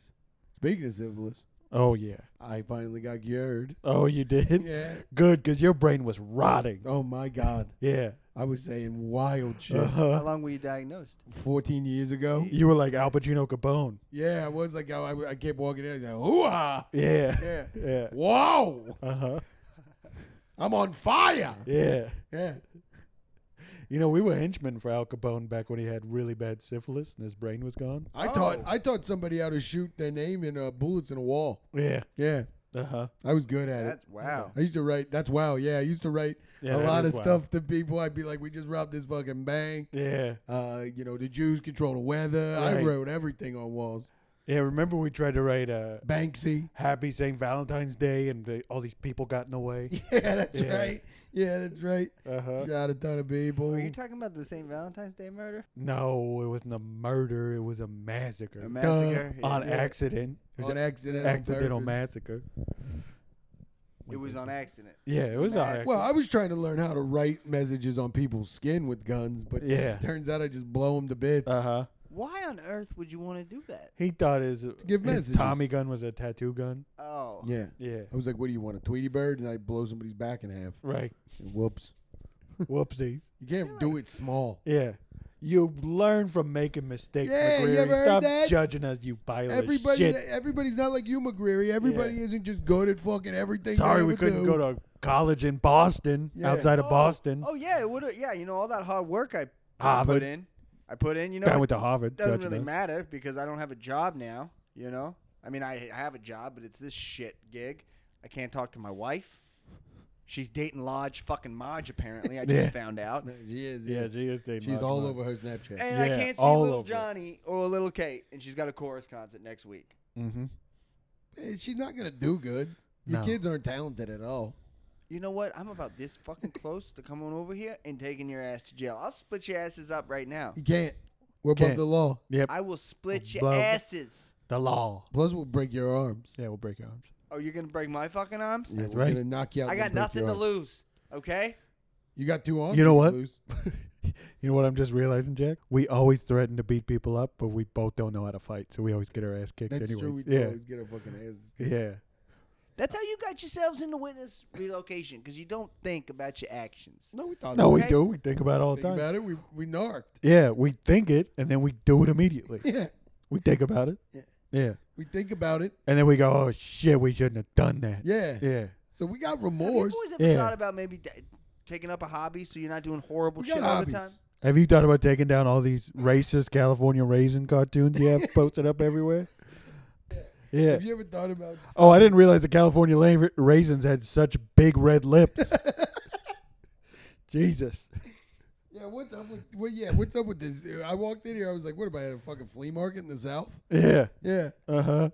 B: Speaking of syphilis,
D: Oh yeah.
B: I finally got cured.
D: Oh, you did.
B: Yeah.
D: Good, because your brain was rotting.
B: Oh my God.
D: Yeah.
B: I was saying wild shit
C: How
D: Uh-huh.
C: long were you diagnosed?
B: 14 years ago.
D: You were like Al Pacino Capone.
B: Yeah, I was like, I, I kept walking in. I was like, hoo ah.
D: Yeah.
B: Yeah.
D: Yeah.
B: Whoa.
D: Uh huh.
B: I'm on fire.
D: Yeah.
B: Yeah.
D: You know, we were henchmen for Al Capone back when he had really bad syphilis and his brain was gone.
B: I taught
C: Oh.
B: I taught somebody how to shoot their name in uh, bullets in a wall.
D: Yeah.
B: Yeah,
D: Uh huh.
B: I was good at
C: That's
B: it.
C: wow.
B: I used to write. That's wow. Yeah, I used to write
D: Yeah,
B: a
D: that
B: lot of
D: is wow.
B: stuff to people. I'd be like, "We just robbed this fucking bank."
D: Yeah.
B: Uh, you know, the Jews control the weather. I
D: Right.
B: wrote everything on walls.
D: Yeah. Remember we tried to write uh,
B: Banksy.
D: Happy St. Valentine's Day and they, all these people got in the way.
B: Yeah, that's
D: Yeah.
B: right. Yeah, that's right.
D: Uh huh.
B: Shot a ton of people.
C: Were you talking about the St. Valentine's Day murder?
D: No, it wasn't a murder. It was a massacre.
C: A massacre? Yeah.
D: on
B: Yeah.
D: accident. It was
B: on
D: an
B: accident. on
D: accidental
B: purpose.
D: massacre.
C: It was on accident.
D: Yeah, it was on
C: Mass-
D: accident.
B: Well, I was trying to learn how to write messages on people's skin with guns, but
D: Yeah.
B: turns out I just blow them to bits.
D: Uh huh.
C: Why on earth would you want to do that?
D: He thought his,
B: give
D: his
B: messages.
D: Tommy gun was a tattoo gun.
C: Oh.
B: Yeah.
D: Yeah.
B: I was like, "What do you want, a Tweety Bird?" And I blow somebody's back in half.
D: Right.
B: And whoops!
D: Whoopsies.
B: You can't do it small.
D: Yeah. You learn from making mistakes,
B: Yeah, you
D: McGreery.
B: ever heard
D: Stop
B: that?
D: judging us, you pile
B: Everybody,
D: of shit.
B: everybody's not like you, McGreary. Everybody
D: Yeah.
B: isn't just good at fucking everything.
D: Sorry
B: they
D: we
B: ever
D: couldn't
B: do.
D: go to college in Boston,
B: Yeah.
D: outside of
C: Oh,
D: Boston.
C: Oh yeah, it would. Yeah, you know all that hard work I,
B: Ah,
C: I
D: Harvard.
C: put in. I put in. You know,
D: Guy
C: it
D: went to Harvard.
C: doesn't
D: judging
C: really
D: us.
C: matter because I don't have a job now. You know, I mean, I, I have a job, but it's this shit gig. I can't talk to my wife. She's dating Lodge fucking Marge. Apparently, I just
D: Yeah.
C: found out.
B: No, she is. Yeah,
D: Yeah, she is dating
B: she's
D: Marge
B: all
D: Marge.
B: over her Snapchat.
C: And I
D: Yeah,
C: can't see
D: all
C: little
D: over it.
C: Johnny or little Kate, and she's got a chorus concert next week.
D: Mm-hmm.
B: Eh, She's not gonna do good. Your
D: No.
B: kids aren't talented at all.
C: You know what? I'm about this fucking close to coming over here and taking your ass to jail. I'll split your asses up right now.
B: You can't. We're above
D: Can't.
B: the law.
D: Yep.
C: I will split your
D: Blow-
C: asses.
D: the law.
B: Plus, we'll break your arms.
D: Yeah, we'll break your arms.
C: Oh, you're gonna break my fucking arms?
B: Yeah,
D: That's
B: we're
D: right.
B: Gonna knock you out.
C: I
B: and
C: got
B: break
C: nothing
B: your
C: to
B: arms.
C: lose. Okay.
B: You got two arms.
D: You know
B: to
D: what?
B: lose.
D: You know what I'm just realizing, Jack? We always threaten to beat people up, but we both don't know how to fight, so we always get our ass kicked
B: That's true. We
D: anyways.
B: do
D: yeah.
B: always get our fucking asses.
D: Yeah.
C: That's how you got yourselves into witness relocation because you don't think about your actions.
B: No, we thought.
D: No, we
C: Okay.
D: do. We think about it all the
B: Think
D: time.
B: about it. We we narked.
D: Yeah, we think it and then we do it immediately.
B: Yeah.
D: we think about it.
B: Yeah.
D: Yeah.
B: We think about it.
D: And then we go, oh shit, we shouldn't have done that.
B: Yeah.
D: Yeah.
B: So we got
C: Have you
B: remorse.
C: boys ever
D: Yeah.
C: thought about maybe d- taking up a hobby so you're not doing horrible
B: We
C: shit
B: got
C: all
B: hobbies.
C: the time?
D: Have you thought about taking down all these racist California raisin cartoons you have posted up everywhere? Yeah.
B: Have you ever thought about?
D: Oh, I didn't realize the California la- raisins had such big red lips. Jesus.
B: Yeah. What's up with? Well, yeah. What's up with this? I walked in here. I was like, "What am I at a fucking flea market in the South?"
D: Yeah.
B: Yeah.
D: Uh huh.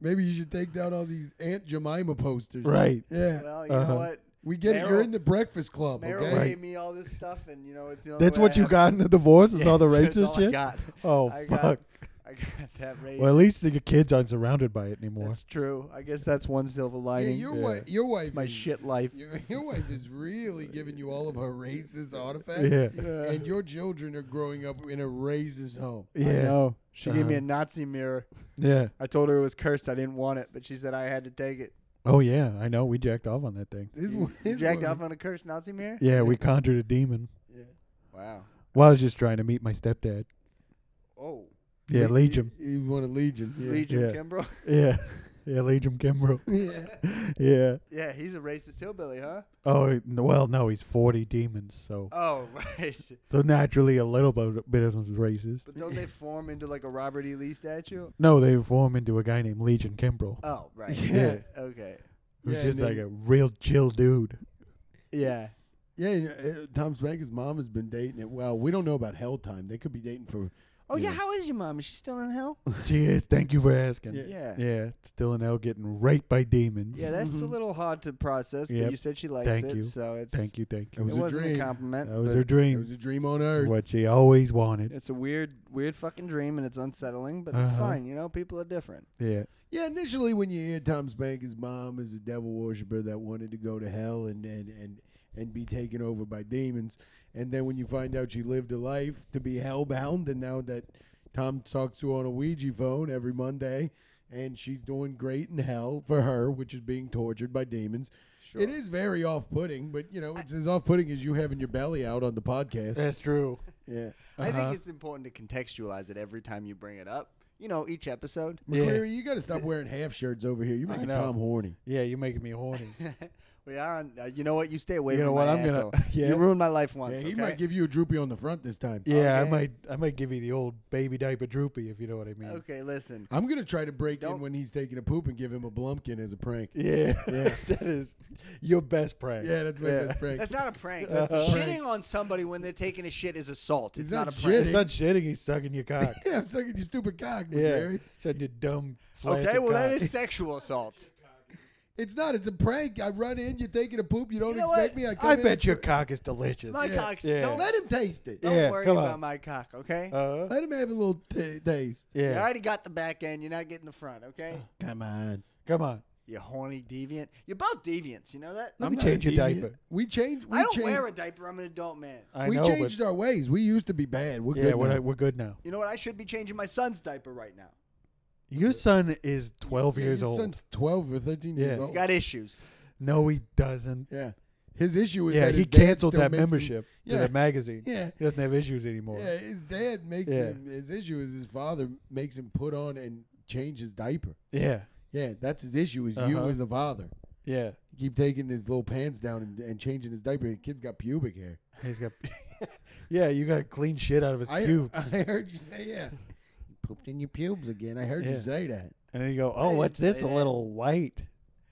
B: Maybe you should take down all these Aunt Jemima posters.
D: Right.
B: Yeah.
C: Well, you know
D: Uh-huh.
C: what?
B: we get it. You're
C: Meryl-
B: in the Breakfast Club.
C: Meryl
B: Okay.
D: Right.
C: gave me all this stuff, and you know it's the only
D: That's
C: way
D: what
C: I
D: you
C: have-
D: got in the divorce is
C: Yeah,
D: all the
C: Oh, that's
D: racist
C: all I
D: shit?
C: got.
D: Oh,
C: I got-
D: fuck.
C: I got that raised.
D: Well, at least the kids aren't surrounded by it anymore.
C: that's true. I guess that's one silver
B: Yeah,
C: lining.
B: your
D: yeah.
B: wife. Your wife.
C: my
B: is,
C: shit life.
B: Your, your wife is really giving you all of her racist artifacts.
D: yeah.
C: Uh.
B: And your children are growing up in a racist home.
C: I
D: Yeah.
C: know. She gave me
D: Uh-huh.
C: a Nazi mirror.
D: Yeah.
C: I told her it was cursed. I didn't want it, but she said I had to take it.
D: Oh yeah, I know. We jacked off on that thing.
B: This,
C: You,
B: one-
C: you
B: this
C: jacked
B: one-
C: off on a cursed Nazi mirror?
D: Yeah, we conjured a demon.
C: Wow.
D: Well, I was just trying to meet my stepdad.
C: Oh.
D: Yeah,
B: You-
D: Legion.
B: You, you want a legion? Yeah.
C: Legion
D: Yeah.
C: Kimbrough?
D: Yeah. Yeah, Legion Kimbrough.
B: Yeah.
D: yeah.
C: Yeah, he's a racist hillbilly, huh?
D: Oh, n- well, no, he's 40 demons, so
C: Oh, racist.
D: so naturally a little bit, bit of him's racist.
C: But don't they form into like a Robert E. Lee statue?
D: No, they form into a guy named Legion Kimbrough,
C: Oh, right.
D: Yeah.
C: Okay.
D: who's
B: Yeah,
D: just
B: and
D: like
B: then-
D: a real chill dude.
C: Yeah.
B: Yeah, you know, uh, Tom Spanker's mom has been dating it. Well, we don't know about Hell Time. They could be dating for.
C: Oh yeah.
B: Yeah.
C: How is your mom? Is she still in hell?
D: she is. Thank you for asking.
B: Yeah.
C: yeah. Yeah.
D: Yeah, still in hell getting raped by demons.
C: that's a little hard to process, but
D: Yep.
C: you said she likes
D: Thank
C: it,
D: you.
C: so it's
D: Thank you, thank you.
B: It was
C: it
B: a
C: wasn't
B: dream.
C: a compliment.
D: That was
C: but
D: her
B: It
D: dream.
B: was a dream on
D: It's
B: earth.
D: what she always wanted.
C: It's a weird, weird fucking dream, and it's unsettling, but it's
D: Uh-huh.
C: fine. You know, people are different.
D: Yeah.
B: Yeah, initially when you hear Tom Spanker's mom is a devil worshiper that wanted to go to hell and and and and be taken over by demons, and then when you find out she lived a life to be hellbound, and now that Tom talks to her on a Ouija phone every Monday, and she's doing great in hell for her, which is being tortured by demons.
C: Sure.
B: It is very off-putting, but you know it's as off-putting as you having your belly out on the podcast.
D: That's true.
B: yeah,
C: I
D: Uh-huh.
C: think it's important to contextualize it every time you bring it up. You know, each episode.
D: Yeah.
B: McCreary, you got to stop wearing half shirts over here. You're
D: I
B: making
D: know.
B: Tom horny.
D: Yeah, you're making me horny.
C: we are. On, uh, you know what? You stay away
D: You
C: from
D: know what?
C: my
D: I'm gonna-
C: asshole.
D: Yeah.
C: You ruined my life once.
B: Yeah, he
C: okay?
B: might give you a droopy on the front this time.
D: Yeah, I
C: Okay.
D: might I might give you the old baby diaper droopy if you know what I mean.
C: okay, listen.
B: I'm gonna try to break in
C: Don't-
B: when he's taking a poop and give him a blumpkin as a prank.
D: Yeah,
B: Yeah.
D: that is your best prank.
B: Yeah, that's my
D: Yeah.
B: best prank.
C: That's not a prank.
D: That's a
C: Shitting on somebody when they're taking a shit is assault. It's,
B: It's
C: not,
B: not
C: a prank.
D: It's not shitting. He's sucking your cock.
B: yeah, I'm sucking your stupid cock,
D: yeah,
B: McGarry.
D: sucking your dumb.
C: Okay,
D: flaccid
C: well
D: cock.
C: then it's sexual assault.
B: It's not. It's a prank. I run in. You're taking a poop. You don't
C: You know
B: expect
C: what?
B: me. I, come
D: I
B: in and-
D: bet your cock is delicious.
C: My
B: Yeah.
C: cock.
D: Yeah.
C: Don't,
B: Let him taste it.
D: Yeah.
C: don't worry
D: come
C: about
D: on.
C: my cock. Okay.
D: Uh,
B: Let him have a little t- taste.
D: yeah. Uh.
C: You already got the back end. You're not getting the front. Okay.
B: Come on.
D: Come on.
C: You horny deviant. You're both deviants. You know that.
D: I'm change your diaper.
B: We changed. We
C: I don't
B: changed,
C: wear a diaper. I'm an adult man.
D: I
B: we
D: know. but-
B: changed our ways. We used to be bad. We're
D: yeah,
B: good.
D: we're,
B: now.
D: we're good now.
C: You know what? I should be changing my son's diaper right now.
D: Your son is 12
B: Yeah,
D: years
B: your
D: old.
B: son's Twelve or thirteen years
D: Yeah.
B: old.
C: He's got issues.
D: No, he doesn't.
B: yeah. His issue is
D: Yeah,
B: that
D: he
B: his dad
D: canceled
B: still
D: that
B: makes him-
D: membership
B: Yeah.
D: to the magazine.
B: Yeah.
D: He doesn't have issues anymore.
B: Yeah, his dad makes
D: Yeah.
B: him. His issue is his father makes him put on and change his diaper.
D: Yeah.
B: Yeah, that's his issue. Is you
D: Uh-huh.
B: as a father
D: yeah.
B: keep taking his little pants down and, and changing his diaper. The kid's got pubic hair.
D: He's got. yeah, you got to clean shit out of his
B: I,
D: pubes.
B: I heard you say yeah. You pooped in your pubes again. I heard
D: Yeah.
B: you say that.
D: and then you go, oh,
C: didn't
D: what's this?
C: say
D: A
C: that."
D: little white.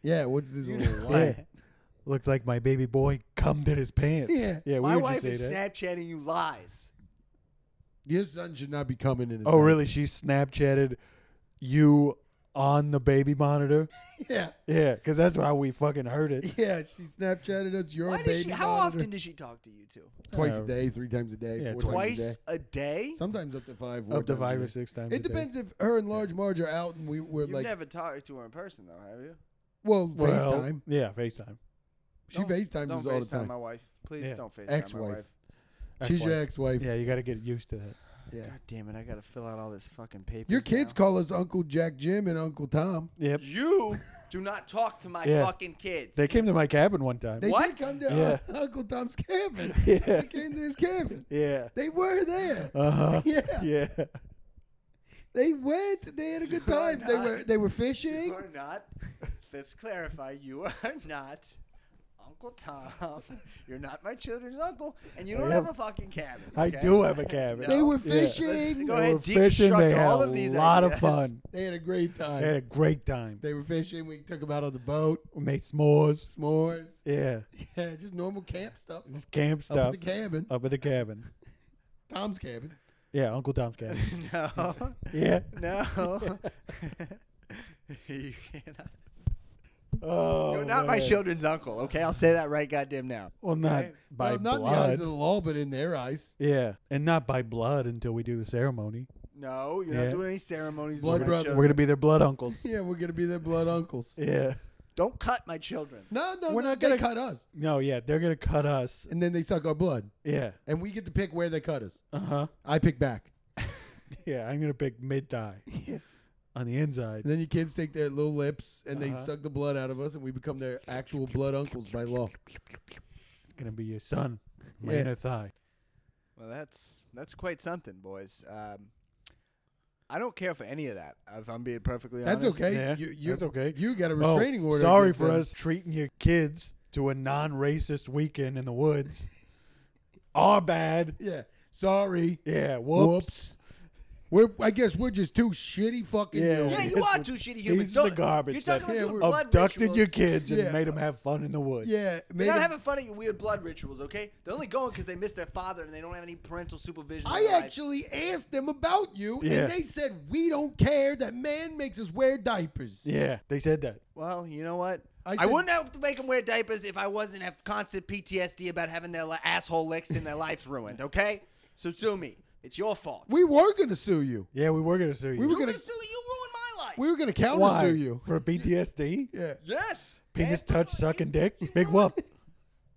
B: Yeah, what's this
C: You
B: little
C: know
B: lie?
D: Yeah. Looks like my baby boy cummed in his pants.
B: Yeah.
D: Yeah, we
C: my
D: would
C: wife
D: just say
C: is
D: that.
C: Snapchatting you lies.
B: Your son should not be coming in. His
D: oh, really? She Snapchatted you on the baby monitor?
B: diaper. Yeah,
D: Yeah, because that's how we fucking heard it.
B: yeah. She Snapchatted us. Your
C: Why
B: baby.
C: does she? How
B: monitor.
C: often does she talk to you two?
B: Twice
D: Uh,
B: a day, three times a day,
D: yeah,
B: four times a day.
C: Twice a day.
B: Sometimes up to five. four
D: Up to
B: times a
D: five
B: day.
D: or six times. a
B: It
D: day.
B: depends if her and Large Marge are out and we, we're
C: You've
B: like,
C: never talked to her in person though, have you?
B: well,
D: Well,
B: FaceTime.
D: Yeah, FaceTime.
B: She FaceTimes
C: Don't
B: us all the
C: FaceTime
B: time.
C: my wife. Please
D: Yeah.
C: don't FaceTime my
B: Ex-wife.
C: wife.
B: She's your
D: Ex-wife.
B: ex-wife.
D: Yeah, you got to get used to that.
B: Yeah.
C: God damn it! I gotta fill out all this fucking paper.
B: Your kids call us Uncle Jack Jim and Uncle Tom.
D: Yep.
C: You do not talk to my
D: Yeah.
C: fucking kids.
D: They came to my cabin one time.
B: They
C: What?
B: did come to
D: Yeah.
B: Uncle Tom's cabin.
D: Yeah.
B: They came to his cabin.
D: yeah.
B: They were there.
D: Uh huh.
B: Yeah.
D: Yeah.
B: They went. They had a good
C: You are
B: time. They
C: not-
B: were they were fishing.
C: You are not. Let's clarify. You are not Uncle Tom. You're not my children's uncle, and you don't
D: I
C: have
D: am-
C: a fucking cabin.
D: I
C: okay?
D: do have a cabin.
B: They were
D: Yeah.
B: fishing.
C: Go
D: They
C: ahead,
D: were fishing. They
C: deconstruct
D: had
C: all of
D: a
C: these
D: lot of
C: ideas.
D: fun.
B: They had a great time.
D: They had a great time.
B: They were fishing. We took them out on the boat.
D: We made s'mores.
B: S'mores.
D: Yeah.
B: Yeah, just normal camp stuff.
D: Just camp
B: Up at
D: stuff.
B: the cabin.
D: Up at the cabin.
B: Tom's cabin.
D: Yeah, Uncle Tom's cabin.
C: No.
D: Yeah.
C: No. you cannot.
D: Oh,
C: You're not my
D: man.
C: children's uncle, okay? I'll say that right goddamn now.
D: Well, not
C: Right.
D: by
B: well, not in the eyes
D: blood.
B: of the law, but in their eyes.
D: yeah, and not by blood until we do the ceremony.
C: No, you're
D: Yeah.
C: not doing any ceremonies. with
B: Blood
C: my
B: brother.
D: We're
C: children.
D: gonna be their blood uncles.
B: Yeah, we're gonna be their blood uncles.
D: yeah.
C: Don't cut my children.
B: No, no,
D: We're
B: no,
D: not
B: they
D: gonna-
B: cut us,
D: No, yeah, they're gonna cut us.
B: and then they suck our blood,
D: Yeah.
B: and we get to pick where they cut us.
D: Uh huh.
B: I pick back,
D: Yeah, I'm gonna pick mid thigh. On the inside.
B: and then your kids take their little lips and they
D: Uh-huh.
B: suck the blood out of us, and we become their actual blood uncles by law.
D: It's gonna be your son. My
B: Yeah.
D: inner thigh.
C: Well, that's that's quite something, boys. Um, I don't care for any of that. If I'm being perfectly
B: That's
C: honest.
B: okay.
D: Yeah,
B: you, you,
D: that's okay.
B: You got a
D: Oh,
B: restraining order.
D: Sorry
B: against
D: for
B: them.
D: us treating your kids to a non-racist weekend in the woods. Our bad.
B: Yeah. Sorry.
D: Yeah. Whoops.
B: Whoops. We're, I guess we're just two shitty fucking.
D: Yeah.
B: humans.
C: Yeah, you
D: Yes,
C: are
D: we're-
C: two shitty humans.
D: These are the
C: Don't-
D: garbage.
C: You're talking
D: that
C: about
B: Yeah,
C: your
B: we're-
C: blood
D: abducted your
C: rituals.
D: kids and
B: Yeah.
D: made them have fun in the woods.
B: Yeah,
C: You're
B: maybe.
C: not having fun at your weird blood rituals, okay? They're only going because they miss their father and they don't have any parental supervision. in
B: I
C: their life.
B: actually asked them about you,
D: Yeah.
B: and they said we don't care that man makes us wear diapers.
D: Yeah, they said that.
C: Well, you know what?
B: I
C: I,
B: said-
C: wouldn't have to make them wear diapers if I wasn't have constant PTSD about having their li- asshole licked and their life ruined. Okay, so sue me. It's your fault.
B: We were gonna sue you.
D: Yeah, we were gonna sue you.
B: We were
C: You're
B: gonna
C: gonna sue me, you ruined my life.
B: we were gonna counter
D: Why?
B: sue you.
D: for PTSD,
B: Yeah.
C: yes.
D: penis
C: And-
D: touch, sucking dick, big whoop.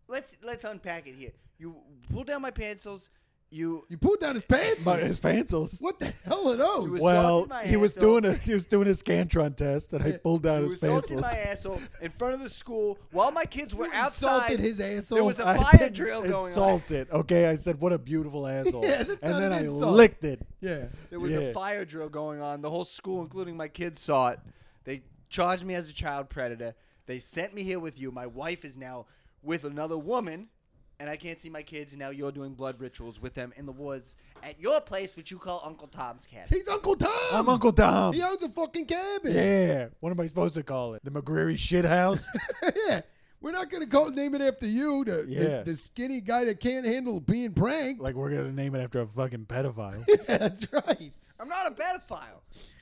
C: Let's let's unpack it here. You pull down my pencils. You
B: You pulled down his pants.
D: My, his pantsles.
B: what the hell are those?
C: You was-
D: Well,
C: assaulted my
D: he was
C: asshole.
D: doing a he was doing a scantron test, and I pulled down
C: you
D: his
C: assaulted
D: pantsles.
C: my asshole in front of the school while my kids were outside.
B: Insulted his asshole.
C: there was a
D: I
C: fire
D: didn't
C: drill going
D: insult
C: on.
D: it. Okay, I said, "What a beautiful asshole,"
B: Yeah, that's
D: and
B: not
D: then
B: an
D: I
B: insult.
D: licked it.
B: yeah.
C: There was
D: Yeah.
C: a fire drill going on. The whole school, including my kids, saw it. They charged me as a child predator. They sent me here with you. My wife is now with another woman, and I can't see my kids. And now you're doing blood rituals with them in the woods at your place, which you call Uncle Tom's cabin.
B: He's Uncle Tom.
D: I'm Uncle Tom.
B: He owns a fucking cabin.
D: Yeah, what am I supposed to call it? The McGreary shit house.
B: Yeah. We're not gonna call name it after you, the, the-
D: Yeah.
B: the skinny guy that can't handle being pranked.
D: like we're gonna name it after a fucking pedophile.
B: yeah, that's right.
C: I'm not a pedophile.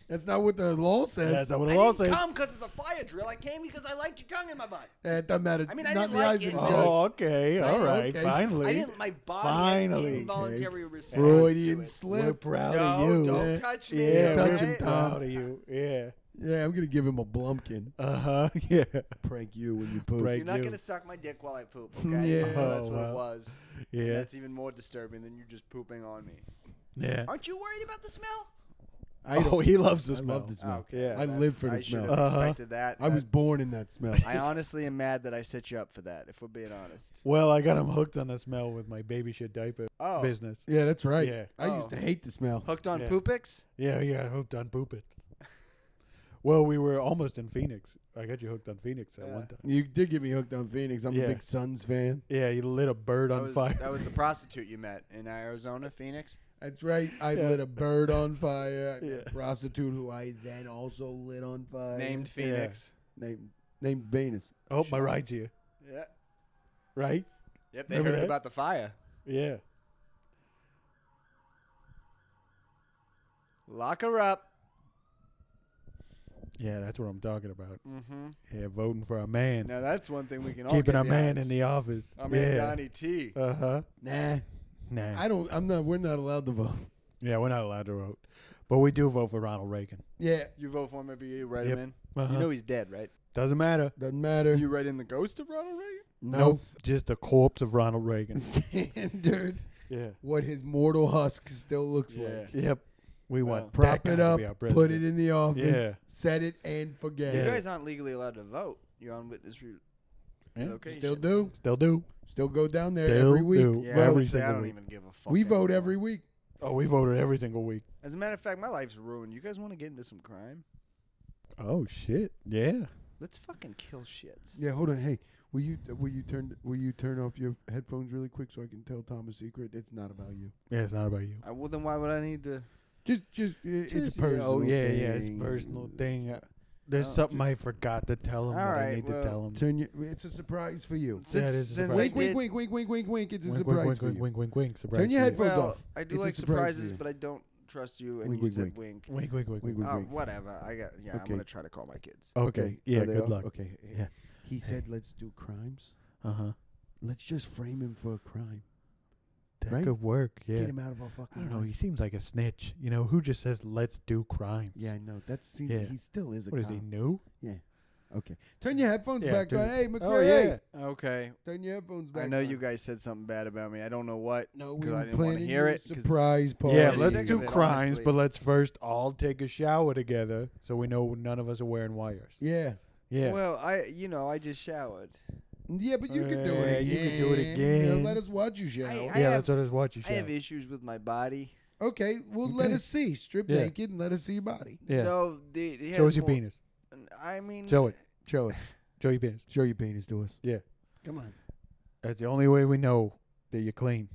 B: That's not what the law says.
D: That's not what
C: I
D: it all
C: didn't
D: says.
C: come because it's a fire drill. I came because I liked your tongue in my butt.
B: Eh, it doesn't matter.
C: I mean, I
B: not
C: didn't
B: in the
C: like
B: eyes
C: it,
B: of the
C: but-
B: judge.
D: Oh, okay, all right,
B: okay.
D: finally.
C: I didn't. My body
D: Finally.
C: had involuntary response.
B: Freudian
C: to it.
B: slip.
D: We're proud
C: No,
D: of you.
C: don't
D: yeah.
C: touch me.
D: Yeah,
B: Touch
D: we're
B: him, Tom.
D: proud of you. Yeah.
B: Yeah, I'm gonna give him a blumpkin.
D: Uh huh. Yeah.
B: Prank you when you poop.
D: Prank.
C: You're not
D: you.
C: gonna suck my dick while I poop, okay?
B: Yeah.
C: You know that's
D: Oh,
C: what
D: wow.
C: it was. And
D: Yeah.
C: that's even more disturbing than you just pooping on me.
D: Yeah.
C: Aren't you worried about the smell?
B: I don't-
D: Oh, he loves this
B: I
D: smell.
B: love this smell.
D: Yeah. I
C: That's-
B: live for the
C: I should have
B: smell.
D: Uh-huh.
C: expected that.
B: I was
C: That-
B: born in that smell.
C: I honestly am mad that I set you up for that. If we're being honest.
D: Well, I got him hooked on the smell with my baby shit diaper
C: Oh.
D: business.
B: yeah, that's right.
D: Yeah.
B: I
C: Oh.
B: used to hate the smell.
C: Hooked on
D: Yeah.
C: poopix?
D: Yeah, yeah, hooked on poop it. Well, we were almost in Phoenix. I got you hooked on Phoenix at
C: Yeah.
D: one time.
B: You did get me hooked on Phoenix. I'm a
D: Yeah.
B: big Suns fan.
D: Yeah, you lit a bird
C: That
D: on
C: was,
D: fire.
C: that was the prostitute you met in Arizona, Phoenix.
B: That's right. I
D: Yeah.
B: lit a bird on fire. I met a
D: Yeah.
B: prostitute who I then also lit on fire.
C: Named
D: yeah.
C: Phoenix.
B: named named Venus.
D: oh, my ride's here.
C: Yeah.
D: Right?
C: Yep. They
D: Remember
C: heard
D: that?
C: about the fire.
D: Yeah.
C: Lock her up.
D: Yeah, that's what I'm talking about.
C: Mm-hmm.
D: Yeah, voting for a man.
C: Now that's one thing we can all
D: Keeping
C: get
D: a man
C: behind.
D: in the office.
C: I mean,
D: yeah.
C: Donnie T.
D: Uh huh.
B: Nah,
D: Nah.
B: I don't. I'm not. We're not allowed to vote.
D: Yeah, we're not allowed to vote, but we do vote for Ronald Reagan.
B: Yeah,
C: You vote for him every year, you write
D: Yep.
C: him in.
D: Uh-huh.
C: You know he's dead, right?
D: Doesn't matter.
B: doesn't matter.
C: You write in the ghost of Ronald Reagan?
B: no,
D: Just a corpse of Ronald Reagan.
B: standard.
D: yeah.
B: What his mortal husk still looks like.
D: Yep. We
C: Wow.
D: want that
B: Prop
D: guy
B: it
D: to
B: up,
D: be our
B: put it
D: president.
B: in the office,
D: Yeah.
B: set it and forget
D: Yeah.
B: it.
C: You guys aren't legally allowed to vote. You're on witness re-
D: Yeah.
C: location.
B: Still do.
D: They'll do.
B: Still go down there
D: They'll
B: every week.
D: do.
C: Yeah, I
D: Every
C: would say I
D: single
C: don't
D: week.
C: even give a fuck.
B: We vote
C: anymore.
B: every week.
D: Oh, we voted every single week.
C: As a matter of fact, my life's ruined. You guys want to get into some crime?
D: Oh shit. Yeah.
C: Let's fucking kill shits.
B: Yeah, hold on. Hey, will you will you turn will you turn off your headphones really quick so I can tell Tom a secret? It's not about you.
D: Yeah, it's not about you.
C: I, well, then why would I need to?
B: Just just, i- it's
D: Just,
B: a
D: you know,
B: personal.
D: yeah, yeah, it's
B: thing.
D: personal thing. Uh, There's
C: Oh,
D: something I forgot to tell him
C: All
D: that I
C: right,
D: need
C: well,
D: to tell him.
B: Turn your. It's a surprise for you.
D: Yeah, it
C: Since,
D: is a
C: since
D: surprise.
C: I
B: Wink,
D: Wait,
C: did,
B: wink, wink, wink, wink, wink, wink. It's a
D: wink,
B: surprise
D: wink,
B: for
D: wink,
B: you.
D: wink, wink, wink, surprise.
B: Turn your
D: for
B: headphones
C: well,
B: off.
C: I do
B: It's a
C: like
B: surprise
C: surprises,
B: to you.
C: but I don't trust you. And
B: Wink,
C: you
B: wink,
C: said
B: wink.
C: wink.
D: you. Wink, wink, wink,
B: Wink,
D: wink.
B: wink,
C: Oh,
B: wink.
C: whatever. I got. Yeah, I'm
B: Okay.
C: gonna try to call my kids.
D: Okay. Yeah.
B: Are they
D: Good
B: off?
D: luck.
B: Okay. eh,
D: Yeah.
B: He said, "Let's do crimes.
D: Uh huh.
B: Let's just frame him for a crime."
D: That
B: Right?
D: could work. Yeah.
B: Get him out of our
D: I
B: fucking.
D: don't know.
B: lives.
D: He seems like a snitch. You know, who just says let's do crimes?
B: Yeah, I know. That seems
D: Yeah.
B: he still is a
D: What is
B: cop.
D: he new?
B: Okay, turn your headphones
D: Yeah, Oh,
B: back
D: dude.
B: on. Hey, McCray.
C: Oh, Okay.
B: Turn your headphones back.
C: I know
B: on.
C: you guys said something bad about me. I don't know what.
B: No, Uh, we
C: 'cause I
B: were
C: didn't wanna
B: planning
C: hear
B: your
C: it 'cause-
B: surprise party.
D: Yeah,
C: I'm
D: let's
C: sick
D: do
C: of it,
D: crimes,
C: honestly.
D: but let's first all take a shower together so we know none of us are wearing wires.
B: Yeah,
D: Yeah.
C: Well, I you know I just showered.
B: yeah, but you could do
D: Yeah,
B: it. Again.
D: you could do it
B: Yeah,
D: again.
B: let us watch you shower.
C: I-
D: yeah,
C: I
D: that's what I was watching.
C: I have issues with my body.
B: okay, well, let
D: Okay.
B: us see. Strip
D: Yeah.
B: naked and let us see your body.
D: yeah.
C: No, the, it has
D: Show us your
C: more-
D: penis.
C: I mean, uh,
D: Show it.
B: Show it.
D: Show your penis.
B: Show your penis to us.
D: Yeah.
B: Come on.
D: That's the only way we know that you're clean.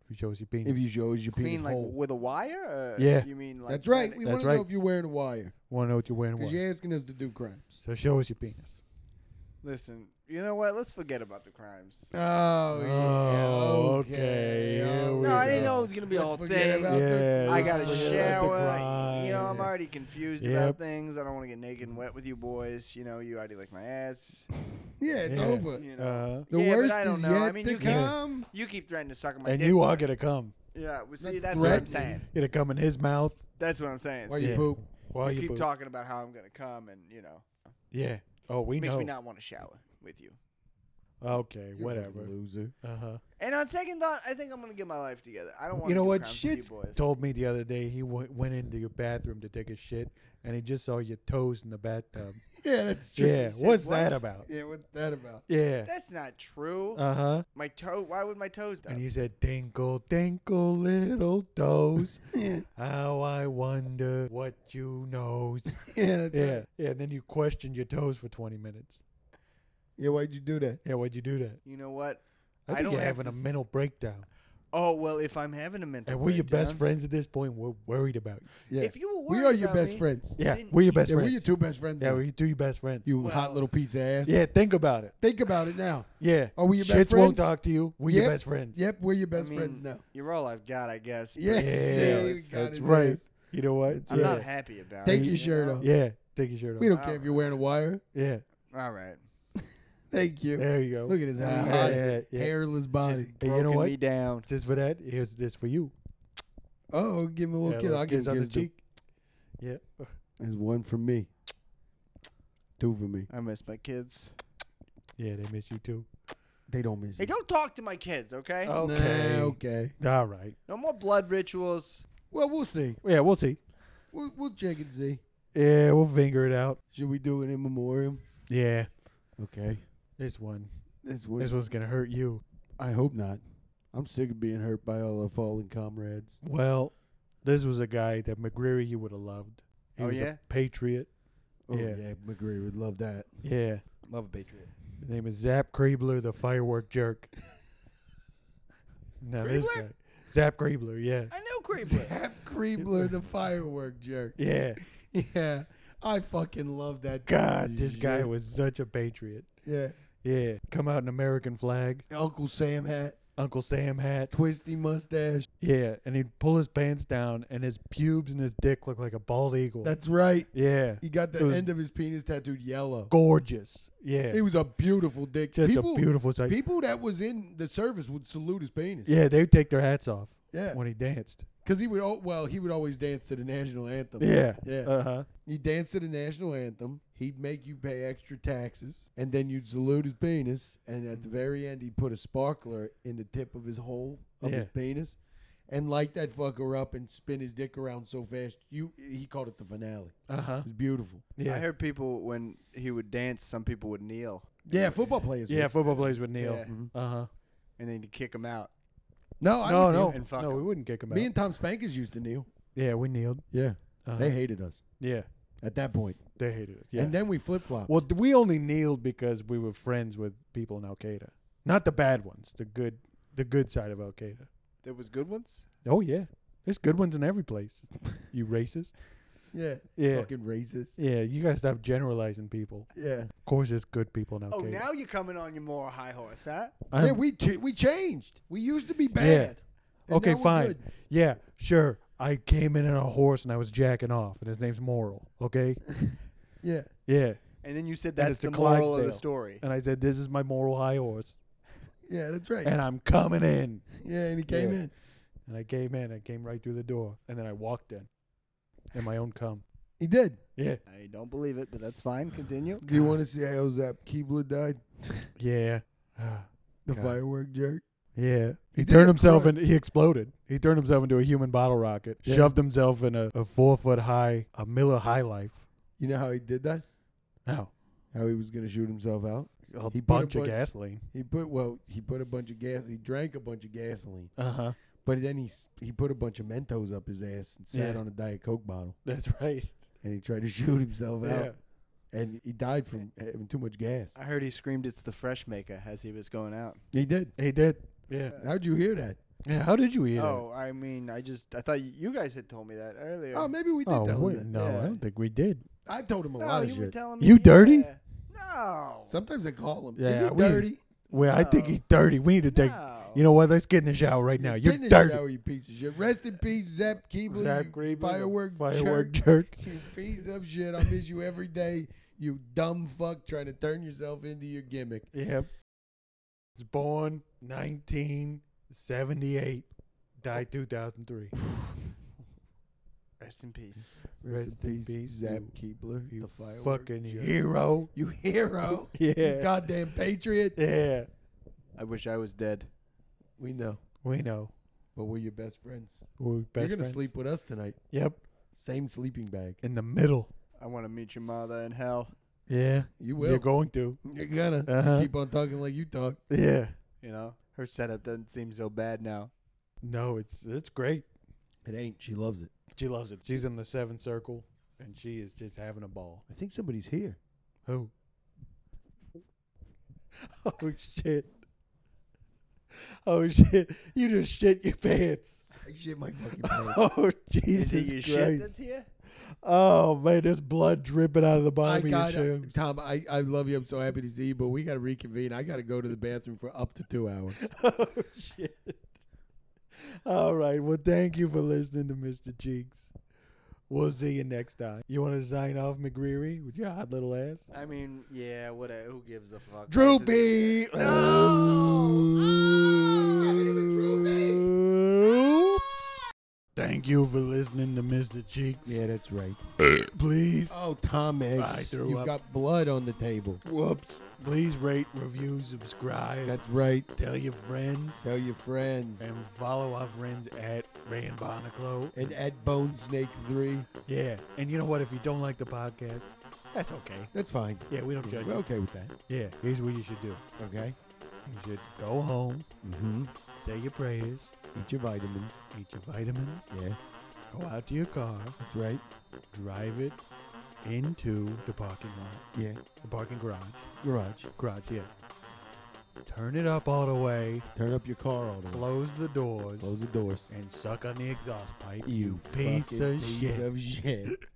D: If you show us your penis.
B: If you show us your
C: clean
B: penis
C: like
B: whole.
C: with a wire. Or
D: Yeah.
C: You mean like
B: That's right. We
C: kinda-
B: want
D: That's
B: to
D: right.
B: know if you're wearing a wire
D: want to know what you're wearing,
B: because
D: why.
B: you're asking us to do crimes.
D: So show us your penis.
C: Listen, you know what? Let's forget about the crimes.
B: Oh, yeah.
D: Oh, okay,
B: Okay. Oh,
D: here
B: all
D: we uh,
C: No, I didn't
B: right.
C: know it was gonna be a
B: Let's
C: whole
B: forget
C: thing.
B: about the-
D: Yeah,
C: I
D: let's
C: got a
D: forget about the
C: shower. You know, I'm
D: crimes.
C: already confused
D: Yep.
C: about things. I don't want to get naked and wet with you boys. You know, you already lick my ass.
B: Yeah, it's
D: Yeah.
B: over.
C: You know.
D: Uh,
B: The
C: yeah,
B: worst
C: but I don't
B: is
C: know.
B: yet
C: I mean,
B: to
C: you
D: Yeah.
C: keep,
B: come.
C: you keep threatening to suck on my
D: and
C: dick.
D: you are gonna come.
C: Yeah, well, see, that's
B: Not
C: what I'm
B: threatening.
C: saying.
D: You're gonna come in his mouth.
C: That's what I'm saying.
B: Why
C: See,
B: you
D: Yeah.
B: poop?
D: While
C: you
D: you
C: keep
D: boo-
C: talking about how I'm gonna come, and you know,
D: Yeah. Oh, we
C: makes
D: know. Ah,
C: me not want to shower with you.
D: Okay,
B: You're a fucking
D: whatever.
B: Loser.
D: Uh huh.
C: And on second thought, I think I'm gonna get my life together. I don't want.
D: You know what?
C: Shit.
D: Shit's told me the other day he w- went into your bathroom to take a shit, and he just saw your toes in the bathtub.
B: Yeah, that's true.
D: yeah,
C: said,
D: what's that
C: "What?"
D: about?
B: Yeah, what's that about?
D: Yeah.
C: That's not true.
D: Uh huh.
C: my toe. Why would my toes? Done?
D: And he said, "Tinkle, tinkle, little toes. How I wonder what you knows."
B: Yeah, that's
D: yeah.
B: right.
D: Yeah. And then you questioned your toes for 20 minutes.
B: Yeah, why'd you do that?
D: Yeah. Why'd you do that?
C: you know what?
D: I
C: I
D: think
C: don't
D: you're
C: have
D: having a
C: to s-
D: mental breakdown.
C: Oh well, if I'm having a mental.
D: And we're your best
C: breakdown-
D: friends at this point. We're worried about you.
B: Yeah.
C: If you were
B: we
C: worried
B: are your
C: about
B: best
C: me-
B: friends.
D: Yeah,
C: Then
D: we're your
C: you-
D: best
B: Yeah, we're
D: friends.
B: your two best friends.
D: yeah,
B: now.
D: we're your two best friends.
B: you
C: Well-
B: hot little piece of ass.
D: yeah, think about it.
B: Think about it now.
D: Yeah.
B: Are we your best
D: Shits
B: friends?
D: won't talk to you. We're your
B: Yep.
D: best friends.
B: Yep, we're your
C: I
B: best friends
C: mean,
B: now.
C: You're all I've got, I guess. but
B: Yeah,
D: Yeah,
C: still,
B: see,
C: it's-
B: got
D: that's
B: his
D: right.
B: ass.
D: You know what?
B: That's
C: I'm
D: yeah.
C: not happy about
B: Take
C: it.
B: your
C: you
B: shirt
C: know?
B: off.
D: yeah, take your shirt off.
B: We don't care if you're wearing a wire.
D: yeah,
C: All right.
B: Thank you.
D: there you go.
B: Look at his
D: Yeah,
B: hot,
D: yeah, yeah.
B: hairless body.
D: Hey, you know
C: Broken
D: what?
C: Me down.
D: Just for that, here's this for you.
B: Oh, give him a
D: Yeah,
B: little kiss.
D: little
B: I'll give
D: kiss on
B: him
D: the
B: a kiss.
D: cheek. Yeah.
B: There's one for me. Two for me.
C: I miss my kids.
D: Yeah, they miss you too.
B: They don't miss
C: Hey,
B: you.
C: don't talk to my kids, okay?
D: Oh. Okay.
B: Nah, okay.
D: All right.
C: No more blood rituals.
B: Well, we'll see.
D: Yeah, we'll see.
B: We'll, we'll check and see.
D: Yeah, we'll finger it out.
B: Should we do it in memoriam?
D: Yeah.
B: Okay.
D: This one.
B: This would,
D: This one's going to hurt you.
B: I hope not. I'm sick of being hurt by all our fallen comrades.
D: Well, this was a guy that McGreary you would have loved. He
C: Oh,
D: was
C: yeah?
D: a patriot.
B: Oh yeah,
D: Yeah.
B: McGree would love that.
D: Yeah.
C: Love a patriot.
D: His name is Zap Kriebler, the firework jerk. now this guy,
C: Kriebler?
D: Zap Kriebler, yeah,
C: I know Creepler.
B: Zap Kriebler, the firework jerk.
D: yeah.
B: Yeah, I fucking love that.
D: God, this guy
B: shit.
D: was such a patriot.
B: Yeah,
D: Yeah, come out an American flag,
B: Uncle Sam hat,
D: Uncle Sam hat.
B: twisty mustache.
D: Yeah, and he'd pull his pants down, and his pubes and his dick looked like a bald eagle.
B: That's right.
D: yeah,
B: He got the
D: It was-
B: end of his penis tattooed yellow.
D: gorgeous. Yeah,
B: It was a beautiful dick.
D: just
B: people,
D: a beautiful sight.
B: people that was in the service would salute his penis.
D: yeah, they'd take their hats off
B: Yeah,
D: when he danced.
B: because he would. al- Well, he would always dance to the national anthem.
D: Yeah,
B: Yeah.
D: uh huh.
B: You dance to the national anthem. He'd make you pay extra taxes, and then you'd salute his penis. And at the very end, he'd put a sparkler in the tip of his hole of
D: Yeah.
B: his penis, and light that fucker up and spin his dick around so fast. You, he called it the finale.
D: Uh huh.
B: It was beautiful.
D: Yeah.
C: Uh-huh. I heard people when he would dance, some people would kneel
B: Yeah, football players.
D: yeah,
B: would.
D: football players would kneel.
C: Yeah.
D: Uh huh.
C: and then you kick him out.
B: No, I
D: No,
B: would kneel.
D: no,
C: and fuck
D: no. We
C: him.
D: wouldn't kick him out.
B: Me and Tom Spankers used to kneel.
D: yeah, we kneeled.
B: Yeah,
D: Uh-huh.
B: they hated us
D: yeah,
B: at that point,
D: they hated us. Yeah.
B: and then we flip flop.
D: well, d- we only kneeled because we were friends with people in Al Qaeda, not the bad ones, the good, the good side of Al Qaeda.
C: There was good ones.
D: Oh yeah, there's good ones in every place. You racist.
B: yeah,
D: Yeah,
B: fucking racist.
D: yeah. You gotta stop generalizing people.
B: Yeah,
D: Of course, there's good people in Al
C: Oh,
D: Qaeda.
C: now you're coming on your moral high horse, huh?
D: I'm-
B: yeah. We ch- we changed. We used to be bad. and
D: okay,
B: now we're
D: fine.
B: good.
D: Yeah, sure. I came in on a horse and I was jacking off, and his name's Moral. Okay.
B: Yeah.
D: Yeah,
C: And then you said
D: And
C: that's
D: it's a
C: the moral of the
D: Clydesdale.
C: story.
D: and I said, "This is my moral high horse."
B: Yeah, that's right.
D: and I'm coming in.
B: yeah, and he came
D: Yeah.
B: in.
D: And I came in. I came right through the door, and then I walked in, in my own cum.
B: He did.
D: Yeah,
C: I don't believe it, but that's fine. Continue.
B: Do you want to see how Zap Keebler died?
D: yeah,
B: The
D: God.
B: firework jerk.
D: yeah. He
B: did
D: turned
B: it
D: himself
B: first.
D: in. He exploded. He turned himself into a human bottle rocket.
B: Yeah.
D: Shoved himself in a, a four foot high, a Miller High Life.
B: You know how he did that?
D: Now
B: How he was going to shoot himself out?
D: a
B: He put a
D: bunch of
B: bu-
D: gasoline.
B: He put well, he put a bunch of gas. He drank a bunch of gasoline,
D: Uh huh.
B: but then he s- he put a bunch of Mentos up his ass and sat
D: Yeah.
B: on a Diet Coke bottle,
D: That's right.
B: and he tried to shoot himself
D: Yeah.
B: out, and he died from having too much gas.
C: I heard he screamed, "It's the fresh maker" as he was going out.
B: He did.
D: He did. Yeah.
B: How'd you hear that?
D: Yeah. How did you eat it?
C: Oh, I mean, I just I thought you guys had told me that earlier.
B: Oh, maybe we did
D: Oh,
B: tell
D: wait,
B: him that.
D: no,
C: Yeah.
D: I don't think we did.
B: I've told him a
C: no,
B: lot of
C: you were
B: shit.
C: telling me.
D: You dirty?
C: yeah. No.
B: Sometimes I call him. Is
D: Yeah,
B: he
D: we-
B: dirty?
D: Well, I think
C: No.
D: he's dirty. We need to take.
C: No.
D: You know what? Let's get in the shower right
B: He's
D: now.
B: a
D: You're
B: tennis
D: dirty.
B: shower, you piece of shit. Rest in peace, Zap Keebler.
D: Zach
B: you
D: Greenberg,
B: firework,
D: firework
B: jerk.
D: jerk.
B: You piece of shit. I miss you every day. You dumb fuck trying to turn yourself into your gimmick.
D: Yep. Was born 1978, died 2003.
C: Rest in peace.
B: Rest in peace, Zap Keebler,
D: You
B: the firework
D: fucking
B: jerk.
D: hero.
B: You hero. You
D: Yeah.
B: goddamn patriot.
D: Yeah.
C: I wish I was dead.
B: We know,
D: We know.
B: but we're your best friends.
D: We're best
B: You're going to
D: friends.
B: sleep with us tonight.
D: Yep.
B: Same sleeping bag.
D: In the middle.
C: I want to meet your mother in hell.
D: Yeah.
B: You will.
D: You're going to.
B: You're gonna
D: Uh-huh.
B: keep on talking like you talk.
D: Yeah.
C: You know, her setup doesn't seem so bad now.
D: No, it's it's great.
B: It ain't. She loves it.
D: She loves it. She's in the seventh circle, and she is just having a ball.
B: I think somebody's here.
D: Who? Oh shit! Oh shit! You just shit your pants.
B: I shit my fucking pants.
D: Oh
C: Is it
D: Jesus
C: your
D: Christ!
C: shit that's here?
D: Oh man, there's blood dripping out of the
B: I
D: bottom
B: got
D: of your shoes.
B: Tom. I, I love you. I'm so happy to see you, but we got to reconvene. I got to go to the bathroom for up to two hours.
D: Oh shit! All right. Well, thank you for listening to Mr. Cheeks. We'll see you next time. You want to sign off, McGreery, with your hot little ass?
C: I mean, yeah, what? A, who gives a fuck?
D: Droopy.
C: Oh,
D: Thank you for listening to Mr. Cheeks.
B: Yeah, that's right.
D: Please,
B: Oh, Thomas,
D: threw
B: you've
D: up.
B: got blood on the table.
D: whoops. Please rate, review, subscribe,
B: That's right.
D: tell your friends,
B: Tell your friends.
D: and follow our friends at Ray and Bonaclo.
B: And at Bone Snake Three,
D: yeah, and you know what? If you don't like the podcast, that's okay.
B: that's fine.
D: Yeah, we don't
B: Yeah,
D: judge.
B: we're
D: you.
B: okay with that.
D: Yeah, here's what you should do.
B: Okay.
D: You should go home,
B: Mm-hmm.
D: say your prayers,
B: Eat your vitamins.
D: eat your vitamins,
B: Yeah,
D: go out to your car,
B: that's right.
D: drive it into the parking lot,
B: Yeah.
D: the parking garage,
B: Garage.
D: garage, yeah. Turn it up all the way,
B: Turn up your car all the way.
D: close the doors,
B: Close the doors.
D: and suck on the exhaust pipe.
B: You
D: piece
B: fucking
D: of
B: piece
D: shit.
B: of shit.